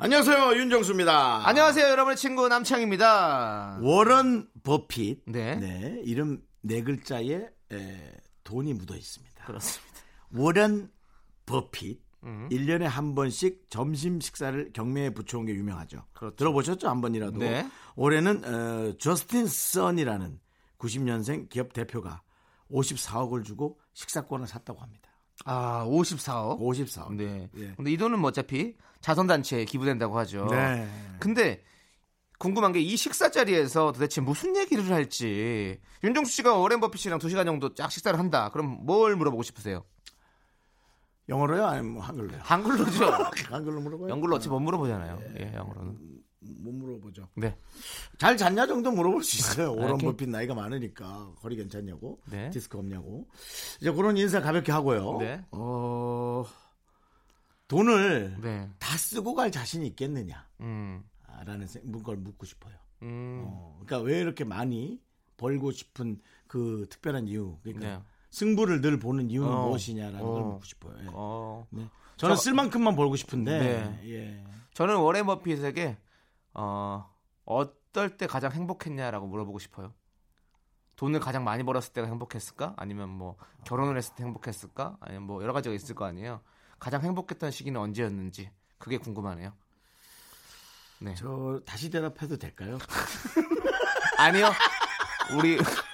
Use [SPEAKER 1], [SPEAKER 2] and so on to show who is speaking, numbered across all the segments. [SPEAKER 1] 안녕하세요 윤정수입니다.
[SPEAKER 2] 안녕하세요 여러분의 친구 남창입니다
[SPEAKER 1] 워런 버핏.
[SPEAKER 2] 네.
[SPEAKER 1] 네. 이름 네 글자에 에, 돈이 묻어 있습니다.
[SPEAKER 2] 그렇습니다
[SPEAKER 1] 워런 버핏.
[SPEAKER 2] 음.
[SPEAKER 1] 일 1년에 한 번씩 점심 식사를 경매에 붙여온 게 유명하죠. 들어보셨죠? 한 번이라도.
[SPEAKER 2] 그렇죠. 네.
[SPEAKER 1] 올해는 어, 저스틴 선이라는 90년생 기업 대표가 54억을 주고 식사권을 샀다고 합니다.
[SPEAKER 2] 아 54억
[SPEAKER 1] 54억.
[SPEAKER 2] 네.
[SPEAKER 1] 예.
[SPEAKER 2] 근데 이 돈은 뭐 어차피 자선단체에 기부된다고 하죠
[SPEAKER 1] 네.
[SPEAKER 2] 근데 궁금한 게 이 식사 자리에서 도대체 무슨 얘기를 할지 윤종수 씨가 오렌 버핏 씨랑 2시간 정도 쫙 식사를 한다 그럼 뭘 물어보고 싶으세요?
[SPEAKER 1] 영어로요? 아니면 뭐 한글로요?
[SPEAKER 2] 한글로죠
[SPEAKER 1] 한글로 물어봐요?
[SPEAKER 2] 영글로 어찌 못 물어보잖아요 예 영어로는
[SPEAKER 1] 못 물어보죠.
[SPEAKER 2] 네
[SPEAKER 1] 잘 잤냐 정도 물어볼 수 있어요. 오런
[SPEAKER 2] 아, 오케이.
[SPEAKER 1] 버핏 나이가 많으니까 거리 괜찮냐고,
[SPEAKER 2] 네.
[SPEAKER 1] 디스크 없냐고. 이제 그런 인사 가볍게 하고요.
[SPEAKER 2] 네.
[SPEAKER 1] 어, 돈을
[SPEAKER 2] 네.
[SPEAKER 1] 다 쓰고 갈 자신이 있겠느냐라는
[SPEAKER 2] 음.
[SPEAKER 1] 생- 걸 묻고 싶어요.
[SPEAKER 2] 음.
[SPEAKER 1] 어, 그러니까 왜 이렇게 많이 벌고 싶은 그 특별한 이유, 그러니까
[SPEAKER 2] 네.
[SPEAKER 1] 승부를 늘 보는 이유는
[SPEAKER 2] 어.
[SPEAKER 1] 무엇이냐라는 걸
[SPEAKER 2] 어.
[SPEAKER 1] 묻고 싶어요. 예.
[SPEAKER 2] 어.
[SPEAKER 1] 네. 저는 쓸 만큼만 벌고 싶은데,
[SPEAKER 2] 네.
[SPEAKER 1] 예.
[SPEAKER 2] 저는 워렌 버핏에게 어, 어떨 때 가장 행복했냐라고 물어보고 싶어요. 돈을 가장 많이 벌었을 때가 행복했을까? 아니면 뭐 결혼을 했을 때 행복했을까? 아니면 뭐 여러 가지가 있을 거 아니에요. 가장 행복했던 시기는 언제였는지 그게 궁금하네요. 네.
[SPEAKER 1] 저 다시 대답해도 될까요?
[SPEAKER 2] 아니요. 우리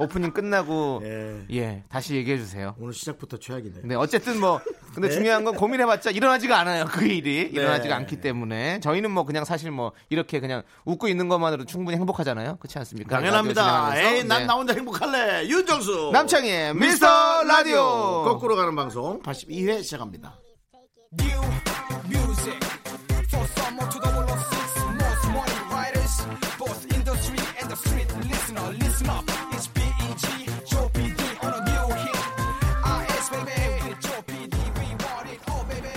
[SPEAKER 2] 오프닝 끝나고
[SPEAKER 1] 예.
[SPEAKER 2] 예, 다시 얘기해 주세요.
[SPEAKER 1] 오늘 시작부터 최악이네요.
[SPEAKER 2] 네, 어쨌든 뭐 근데 중요한 건 고민해봤자 일어나지가 않아요. 그 일이 일어나지가
[SPEAKER 1] 네.
[SPEAKER 2] 않기 때문에 저희는 뭐 그냥 사실 뭐 이렇게 그냥 웃고 있는 것만으로 충분히 행복하잖아요. 그렇지 않습니까? 라디오
[SPEAKER 1] 당연합니다.
[SPEAKER 2] 진행하면서.
[SPEAKER 1] 에이, 난
[SPEAKER 2] 네.
[SPEAKER 1] 나 혼자 행복할래. 윤정수.
[SPEAKER 2] 남창희의 미스터 라디오.
[SPEAKER 1] 거꾸로 가는 방송 82회 시작합니다.
[SPEAKER 3] new music for summer 2006 most money writers both industry and the street listener listen up it's BEG Joe PD on a new hit RS baby with Joe PD we want it all baby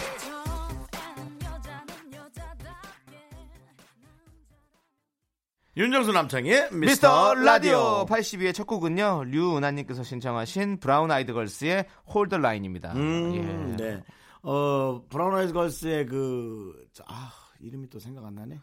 [SPEAKER 1] 윤정수 남창희의
[SPEAKER 2] 미스터 라디오 82의 첫 곡은요 류은하님께서 신청하신 브라운 아이드 걸스의 홀더 라인입니다.
[SPEAKER 1] 음,
[SPEAKER 2] 예.
[SPEAKER 1] 네. 어, 브라운 아이즈 걸스의 그, 저, 아, 이름이 또 생각 안 나네?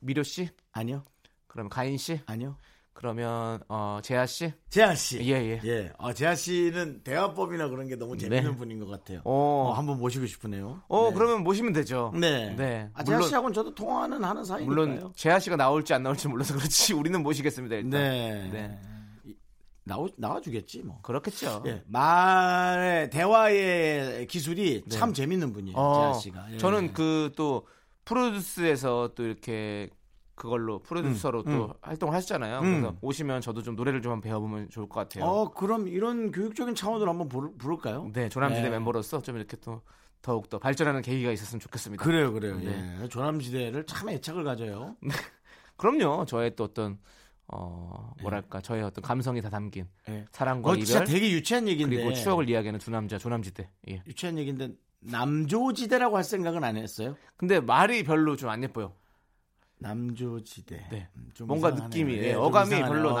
[SPEAKER 2] 미료 씨,
[SPEAKER 1] 아니요.
[SPEAKER 2] 그럼 가인 씨,
[SPEAKER 1] 아니요.
[SPEAKER 2] 그러면 어 재하 씨.
[SPEAKER 1] 재하 씨.
[SPEAKER 2] 예, 예.
[SPEAKER 1] 아, 재하 씨는 대화법이나 그런 게 너무 재밌는
[SPEAKER 2] 네.
[SPEAKER 1] 분인 것 같아요.
[SPEAKER 2] 어.
[SPEAKER 1] 어, 한번 모시고 싶으네요.
[SPEAKER 2] 어
[SPEAKER 1] 네.
[SPEAKER 2] 그러면 모시면 되죠.
[SPEAKER 1] 네.
[SPEAKER 2] 네.
[SPEAKER 1] 아, 재하
[SPEAKER 2] 물론
[SPEAKER 1] 씨하고는 저도 통화는 하는 사이니까요.
[SPEAKER 2] 물론 재하 씨가 나올지 안 나올지 몰라서 그렇지 우리는 모시겠습니다 일단.
[SPEAKER 1] 네.
[SPEAKER 2] 네.
[SPEAKER 1] 이- 나오, 나와주겠지, 뭐.
[SPEAKER 2] 그렇겠죠.
[SPEAKER 1] 예, 말의, 대화의 기술이 참 재밌는 분이에요,
[SPEAKER 2] 네. 어,
[SPEAKER 1] 재하 씨가. 예.
[SPEAKER 2] 저는 그 또 프로듀스에서 또 이렇게 그걸로 프로듀서로
[SPEAKER 1] 음,
[SPEAKER 2] 또 활동을 하시잖아요. 그래서 오시면 저도 좀 노래를 좀 한번 배워보면 좋을 것 같아요.
[SPEAKER 1] 어, 그럼 이런 교육적인 차원으로 한번 부를, 부를까요?
[SPEAKER 2] 네, 조남지대
[SPEAKER 1] 네.
[SPEAKER 2] 멤버로서 좀 이렇게 또 더욱 더 발전하는 계기가 있었으면 좋겠습니다. 그...
[SPEAKER 1] 그래요, 그래요.
[SPEAKER 2] 네.
[SPEAKER 1] 예. 조남지대를 참 애착을 가져요.
[SPEAKER 2] 뭐 럼요 저의 또 어떤 어 뭐랄까 저의 어떤 감성이 다 담긴
[SPEAKER 1] 예.
[SPEAKER 2] 사랑과
[SPEAKER 1] 그거 네. 진짜
[SPEAKER 2] 이별
[SPEAKER 1] 되게 유치한 얘기인데.
[SPEAKER 2] 그리고 뭐 추억을 이야기하는 두 남자 조남지대. 예.
[SPEAKER 1] 유치한 얘기인데, 남조지대라고 할 생각은 안 했어요?
[SPEAKER 2] 근데 말이 별로 좀 안 예뻐요.
[SPEAKER 1] 남조지대.
[SPEAKER 2] 네.
[SPEAKER 1] 음, 좀
[SPEAKER 2] 뭔가
[SPEAKER 1] 이상하네요.
[SPEAKER 2] 느낌이
[SPEAKER 1] 예,
[SPEAKER 2] 예,
[SPEAKER 1] 좀
[SPEAKER 2] 어감이
[SPEAKER 1] 이상하네요.
[SPEAKER 2] 별로
[SPEAKER 1] 어,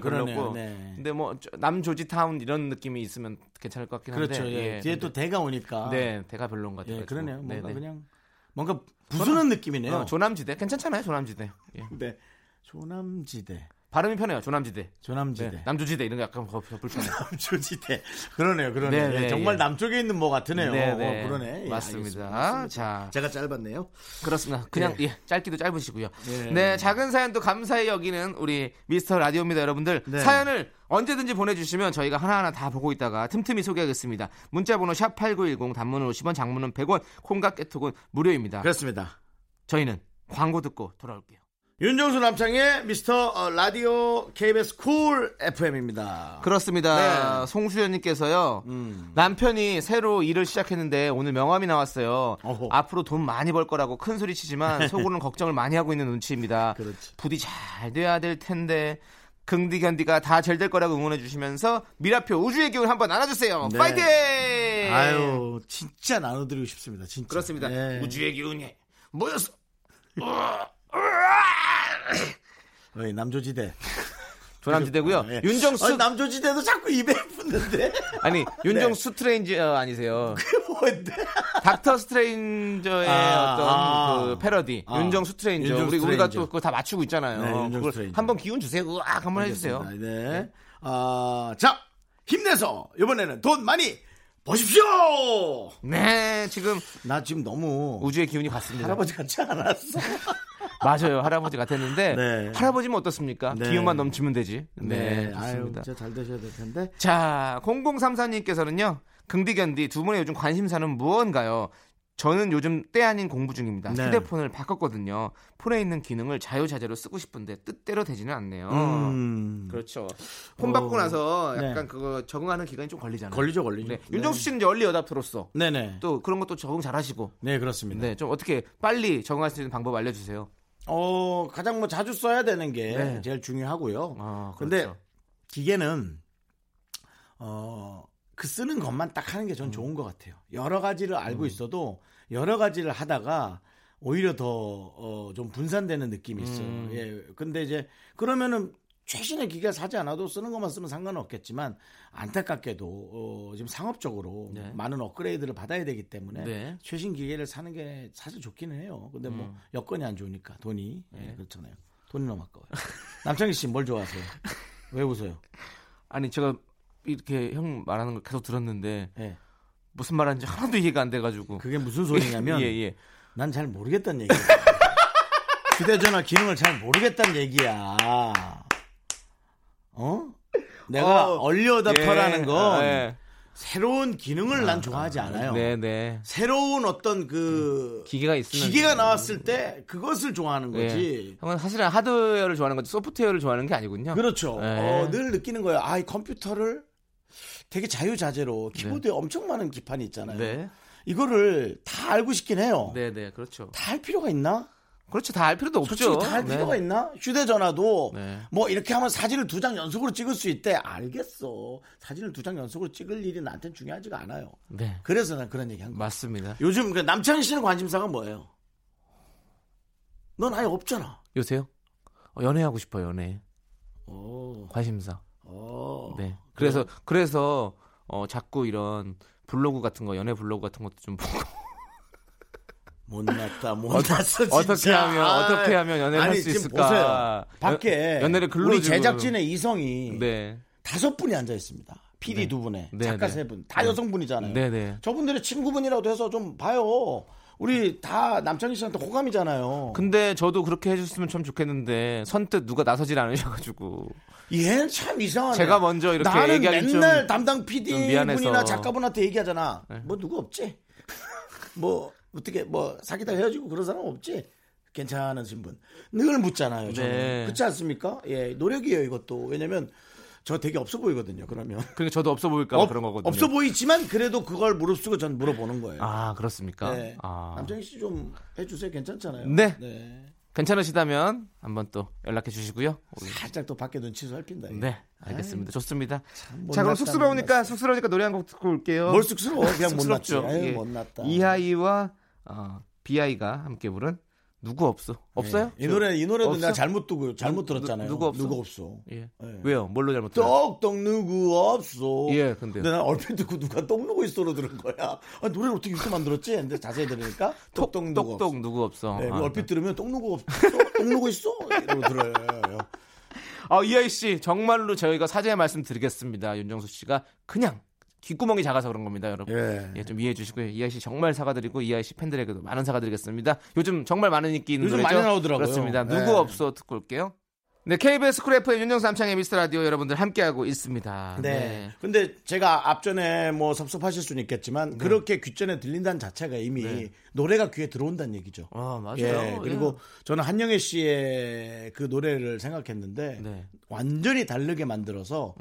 [SPEAKER 1] 그러네요, 그러네요.
[SPEAKER 2] 별로고
[SPEAKER 1] 네.
[SPEAKER 2] 근데 뭐 저- 남조지 타운 이런 느낌이 있으면 괜찮을 것 같긴 한데
[SPEAKER 1] 그렇죠. 예.
[SPEAKER 2] 예,
[SPEAKER 1] 뒤에
[SPEAKER 2] 근데-
[SPEAKER 1] 또 대가 오니까.
[SPEAKER 2] 네 대가 별로인 것 같아요
[SPEAKER 1] 예, 그러네요.
[SPEAKER 2] 네,
[SPEAKER 1] 뭔가
[SPEAKER 2] 네.
[SPEAKER 1] 그냥 뭔가 부수는 느낌이네요.
[SPEAKER 2] 어, 조남지대 괜찮잖아요 조남지대 예.
[SPEAKER 1] 네. 조남지대,
[SPEAKER 2] 발음이 편해요 조남지대 네.
[SPEAKER 1] 조남지대,
[SPEAKER 2] 남조지대 이런 게 약간 거- 거- 불편해요
[SPEAKER 1] 남조지대. 그러네요, 그러네요.
[SPEAKER 2] 네,
[SPEAKER 1] 예,
[SPEAKER 2] 네,
[SPEAKER 1] 정말
[SPEAKER 2] 예.
[SPEAKER 1] 남쪽에 있는 뭐 같으네요.
[SPEAKER 2] 네,
[SPEAKER 1] 어,
[SPEAKER 2] 네.
[SPEAKER 1] 그러네. 예,
[SPEAKER 2] 맞습니다.
[SPEAKER 1] 알겠습니다.
[SPEAKER 2] 자.
[SPEAKER 1] 제가 짧았네요.
[SPEAKER 2] 그렇습니다 그냥 예, 짧기도 짧으시고요
[SPEAKER 1] 네. 예.
[SPEAKER 2] 네 작은 사연도 감사히 여기는 우리 미스터 라디오입니다 여러분들
[SPEAKER 1] 네.
[SPEAKER 2] 사연을 언제든지 보내주시면 저희가 하나하나 다 보고 있다가 틈틈이 소개하겠습니다 문자번호 샵8910 단문은 50원 장문은 100원 콩과 깨톡은 무료입니다
[SPEAKER 1] 그렇습니다.
[SPEAKER 2] 저희는 광고 듣고 돌아올게요
[SPEAKER 1] 윤정수 남창의 미스터 어, 라디오 KBS 쿨 FM입니다.
[SPEAKER 2] 그렇습니다.
[SPEAKER 1] 네.
[SPEAKER 2] 송수연님께서요. 남편이 새로 일을 시작했는데 오늘 명함이 나왔어요.
[SPEAKER 1] 어허.
[SPEAKER 2] 앞으로 돈 많이 벌 거라고 큰 소리 치지만 속으로는 걱정을 많이 하고 있는 눈치입니다.
[SPEAKER 1] 그렇지.
[SPEAKER 2] 부디 잘 돼야 될 텐데. 긍디 견디가 다 잘 될 거라고 응원해 주시면서 미라표 우주의 기운 한번 안아주세요.
[SPEAKER 1] 네.
[SPEAKER 2] 파이팅!
[SPEAKER 1] 아유, 진짜 나눠드리고 싶습니다. 진짜.
[SPEAKER 2] 그렇습니다.
[SPEAKER 1] 예.
[SPEAKER 2] 우주의 기운이 모였어.
[SPEAKER 1] 어이, 예, 남조지대.
[SPEAKER 2] 조남지대고요.
[SPEAKER 1] 예.
[SPEAKER 2] 윤정수
[SPEAKER 1] 아니, 남조지대도 자꾸 입에 붙는데.
[SPEAKER 2] 아니 네. 윤정수 트레인저 아니세요?
[SPEAKER 1] 뭔데?
[SPEAKER 2] 닥터 스트레인저의
[SPEAKER 1] 아,
[SPEAKER 2] 어떤
[SPEAKER 1] 아.
[SPEAKER 2] 그 패러디
[SPEAKER 1] 아.
[SPEAKER 2] 윤정수 스트레인저
[SPEAKER 1] 윤정수
[SPEAKER 2] 우리 우리가
[SPEAKER 1] 스트레인저.
[SPEAKER 2] 또 그거 다 맞추고 있잖아요.
[SPEAKER 1] 네, 윤정수
[SPEAKER 2] 그걸
[SPEAKER 1] 스트레인저.
[SPEAKER 2] 한번 기운 주세요. 으악 한번 해주세요.
[SPEAKER 1] 알겠습니다. 네. 아, 자, 힘내서 이번에는 돈 많이 버십시오!
[SPEAKER 2] 네 지금
[SPEAKER 1] 나 지금 너무
[SPEAKER 2] 우주의 기운이 갔습니다.
[SPEAKER 1] 할아버지 같지 않았어?
[SPEAKER 2] 맞아요 할아버지 같았는데
[SPEAKER 1] 네.
[SPEAKER 2] 할아버지면 어떻습니까?
[SPEAKER 1] 네.
[SPEAKER 2] 기운만 넘치면 되지. 네,
[SPEAKER 1] 아유,
[SPEAKER 2] 좋습니다.
[SPEAKER 1] 진짜 잘 되셔야 될 텐데.
[SPEAKER 2] 자 0034님께서는요 긍디견디 두 분의 요즘 관심사는 무언가요? 저는 요즘 때 아닌 공부 중입니다.
[SPEAKER 1] 네.
[SPEAKER 2] 휴대폰을 바꿨거든요. 폰에 있는 기능을 자유자재로 쓰고 싶은데 뜻대로 되지는 않네요.
[SPEAKER 1] 음.
[SPEAKER 2] 어. 그렇죠. 폰 받고
[SPEAKER 1] 어,
[SPEAKER 2] 나서
[SPEAKER 1] 네.
[SPEAKER 2] 약간 그거 적응하는 기간이 좀 걸리잖아요.
[SPEAKER 1] 걸리죠, 걸리죠.
[SPEAKER 2] 네. 윤정수 씨는 이제 얼리 어답트로서
[SPEAKER 1] 네네.
[SPEAKER 2] 또 그런 것도 적응 잘하시고
[SPEAKER 1] 네, 그렇습니다.
[SPEAKER 2] 네, 좀 어떻게 빨리 적응할 수 있는 방법 알려주세요.
[SPEAKER 1] 어, 가장 뭐 자주 써야 되는 게
[SPEAKER 2] 네.
[SPEAKER 1] 제일 중요하고요.
[SPEAKER 2] 아,
[SPEAKER 1] 근데
[SPEAKER 2] 그렇죠.
[SPEAKER 1] 기계는 어, 그 쓰는 것만 딱 하는 게 전 좋은 것 같아요. 여러 가지를 알고
[SPEAKER 2] 음.
[SPEAKER 1] 있어도 여러 가지를 하다가 오히려 더 어, 좀 분산되는 느낌이 있어요.
[SPEAKER 2] 음.
[SPEAKER 1] 예. 근데 이제 그러면은 최신의 기계 사지 않아도 쓰는 것만 쓰면 상관은 없겠지만 안타깝게도 어, 지금 상업적으로
[SPEAKER 2] 네.
[SPEAKER 1] 많은 업그레이드를 받아야 되기 때문에
[SPEAKER 2] 네. 음.
[SPEAKER 1] 최신 기계를 사는 게 사실 좋기는 해요. 근데 뭐 여건이 안 좋으니까 돈이 예,
[SPEAKER 2] 네.
[SPEAKER 1] 그렇잖아요. 돈이 너무 아까워요. 남창희 씨 뭘 좋아하세요? 왜 웃어요?
[SPEAKER 2] 아니 제가 이렇게 형 말하는 걸 계속 들었는데
[SPEAKER 1] 예.
[SPEAKER 2] 무슨 말하는지 하나도 이해가 안 돼가지고
[SPEAKER 1] 그게 무슨 소리냐면
[SPEAKER 2] 예, 예.
[SPEAKER 1] 난 잘 모르겠다는 얘기야. 휴대전화 기능을 잘 모르겠다는 얘기야. 어? 내가
[SPEAKER 2] 어,
[SPEAKER 1] 얼리어답터라는
[SPEAKER 2] 예,
[SPEAKER 1] 건
[SPEAKER 2] 예.
[SPEAKER 1] 새로운 기능을 난 좋아하지 않아요.
[SPEAKER 2] 네, 네.
[SPEAKER 1] 새로운 어떤 그
[SPEAKER 2] 기계가 있으면
[SPEAKER 1] 기계가 나왔을 때 그것을 좋아하는 거지.
[SPEAKER 2] 예. 형은 사실은 하드웨어를 좋아하는 거지 소프트웨어를 좋아하는 게 아니군요.
[SPEAKER 1] 그렇죠.
[SPEAKER 2] 예.
[SPEAKER 1] 어, 늘 느끼는 거예요. 아, 이 컴퓨터를 되게 자유자재로 키보드에 엄청 많은 기판이 있잖아요.
[SPEAKER 2] 네,
[SPEAKER 1] 이거를 다 알고 싶긴 해요.
[SPEAKER 2] 네, 네, 그렇죠.
[SPEAKER 1] 다 할 필요가 있나?
[SPEAKER 2] 그렇죠. 다 알 필요도 없죠.
[SPEAKER 1] 솔직히 다 할
[SPEAKER 2] 네.
[SPEAKER 1] 필요가 있나? 휴대전화도
[SPEAKER 2] 네.
[SPEAKER 1] 뭐 이렇게 하면 사진을 두 장 연속으로 찍을 수 있대. 알겠어. 사진을 두 장 연속으로 찍을 일이 나한테는 중요하지가 않아요.
[SPEAKER 2] 네,
[SPEAKER 1] 그래서 난 그런 얘기 한 거예요.
[SPEAKER 2] 맞습니다.
[SPEAKER 1] 요즘 그 남창희 씨는 관심사가 뭐예요? 넌 아예 없잖아.
[SPEAKER 2] 요새요? 어, 연애하고 싶어요, 연애.
[SPEAKER 1] 어,
[SPEAKER 2] 관심사.
[SPEAKER 1] 어.
[SPEAKER 2] 네. 그래서, 그래서, 어, 자꾸 이런 블로그 같은 거, 연애 블로그 같은 것도 좀 보고.
[SPEAKER 1] 못났다, 못났어. 진짜.
[SPEAKER 2] 어떻게 하면,
[SPEAKER 1] 아이.
[SPEAKER 2] 어떻게 하면 연애를
[SPEAKER 1] 아니,
[SPEAKER 2] 할수
[SPEAKER 1] 지금
[SPEAKER 2] 있을까?
[SPEAKER 1] 보세요. 밖에
[SPEAKER 2] 연- 연애를 글로
[SPEAKER 1] 우리
[SPEAKER 2] 지금.
[SPEAKER 1] 제작진의 이성이
[SPEAKER 2] 네.
[SPEAKER 1] 다섯 분이 앉아 있습니다. PD 두 분에
[SPEAKER 2] 네,
[SPEAKER 1] 작가
[SPEAKER 2] 네.
[SPEAKER 1] 세 분, 다 여성분이잖아요.
[SPEAKER 2] 네네.
[SPEAKER 1] 저분들의 친구분이라도 해서 좀 봐요. 우리 다 남창희 씨한테 호감이잖아요.
[SPEAKER 2] 근데 저도 그렇게 해줬으면 참 좋겠는데, 선뜻 누가 나서질 않으셔가지고.
[SPEAKER 1] 얘는 참 이상하네.
[SPEAKER 2] 제가 먼저 이렇게
[SPEAKER 1] 나는
[SPEAKER 2] 얘기하기 좀-
[SPEAKER 1] 맨날 담당
[SPEAKER 2] 좀
[SPEAKER 1] PD
[SPEAKER 2] 미안해서. 네.
[SPEAKER 1] 분이나 작가분한테 얘기하잖아. 뭐 누구 없지? 뭐 어떻게 뭐 사귀다 헤어지고 그런 사람 없지? 괜찮으신 분. 늘 묻잖아요. 저는.
[SPEAKER 2] 네.
[SPEAKER 1] 그렇지 않습니까? 예, 노력이에요 이것도. 왜냐면 저 되게 없어 보이거든요. 그러면
[SPEAKER 2] 그러니까 저도 없어 보일까 봐 그런 거거든요.
[SPEAKER 1] 없어 보이지만 그래도 그걸 무릅쓰고 전 물어보는 거예요.
[SPEAKER 2] 아, 그렇습니까?
[SPEAKER 1] 네.
[SPEAKER 2] 아.
[SPEAKER 1] 남정희 씨 좀 해주세요. 괜찮잖아요.
[SPEAKER 2] 네. 괜찮으시다면 한번 또 연락해 주시고요. 우리-
[SPEAKER 1] 살짝 또 밖에 눈치 살핀다. 이거.
[SPEAKER 2] 네, 알겠습니다. 좋습니다. 자,
[SPEAKER 1] 못났다,
[SPEAKER 2] 그럼 쑥스러우니까
[SPEAKER 1] 못났어.
[SPEAKER 2] 쑥스러우니까 노래 한 곡 듣고 올게요. 어,
[SPEAKER 1] 뭘 쑥스러워? 그냥 못났죠.
[SPEAKER 2] 쑥스럽죠. 예.
[SPEAKER 1] 못났다.
[SPEAKER 2] 이하이와 어, 비하이가 함께 부른 누구 없어? 없어요?
[SPEAKER 1] 예, 이 노래 이 노래도
[SPEAKER 2] 없어?
[SPEAKER 1] 내가 잘못 두고 잘못 들었잖아요.
[SPEAKER 2] 누- 누구 없어?
[SPEAKER 1] 누구 없어?
[SPEAKER 2] 예.
[SPEAKER 1] 예.
[SPEAKER 2] 왜요? 뭘로 잘못 들었어요?
[SPEAKER 1] 떡떡 누구 없어.
[SPEAKER 2] 예, 근데요.
[SPEAKER 1] 난 얼핏 듣고 누가 떡 누구 있어로 들은 거야. 아, 노래를 어떻게 이렇게 만들었지? 근데 자세히 들으니까 떡떡 누구 없어.
[SPEAKER 2] 똑똑 누구 없어?
[SPEAKER 1] 예,
[SPEAKER 2] 아,
[SPEAKER 1] 얼핏 들으면 떡 누구 없어. 떡 누구 있어? 이러고 들어요.
[SPEAKER 2] 아, 이하이 씨 정말로 저희가 사죄의 말씀 드리겠습니다. 윤정수 씨가 그냥 귓구멍이 작아서 그런 겁니다, 여러분.
[SPEAKER 1] 예.
[SPEAKER 2] 예, 좀 이해해 주시고요. 이하이 씨 정말 사과드리고 이하이 씨 팬들에게도 많은 사과드리겠습니다. 요즘 정말 많은 인기 있는
[SPEAKER 1] 요즘
[SPEAKER 2] 노래죠.
[SPEAKER 1] 많이 나오더라고요.
[SPEAKER 2] 그렇습니다.
[SPEAKER 1] 예.
[SPEAKER 2] 누구 없어 듣고 올게요. 네, KBS 쿨 FM 윤정수 남창의 미스터 라디오 여러분들 함께하고 있습니다.
[SPEAKER 1] 네. 근데 제가 앞전에 뭐 섭섭하실 수는 있겠지만
[SPEAKER 2] 네.
[SPEAKER 1] 그렇게 귓전에 들린다는 자체가 이미 노래가 귀에 들어온다는 얘기죠.
[SPEAKER 2] 아, 네. 맞아요.
[SPEAKER 1] 예, 그리고 저는 한영애 씨의 그 노래를 생각했는데
[SPEAKER 2] 네.
[SPEAKER 1] 완전히 다르게 만들어서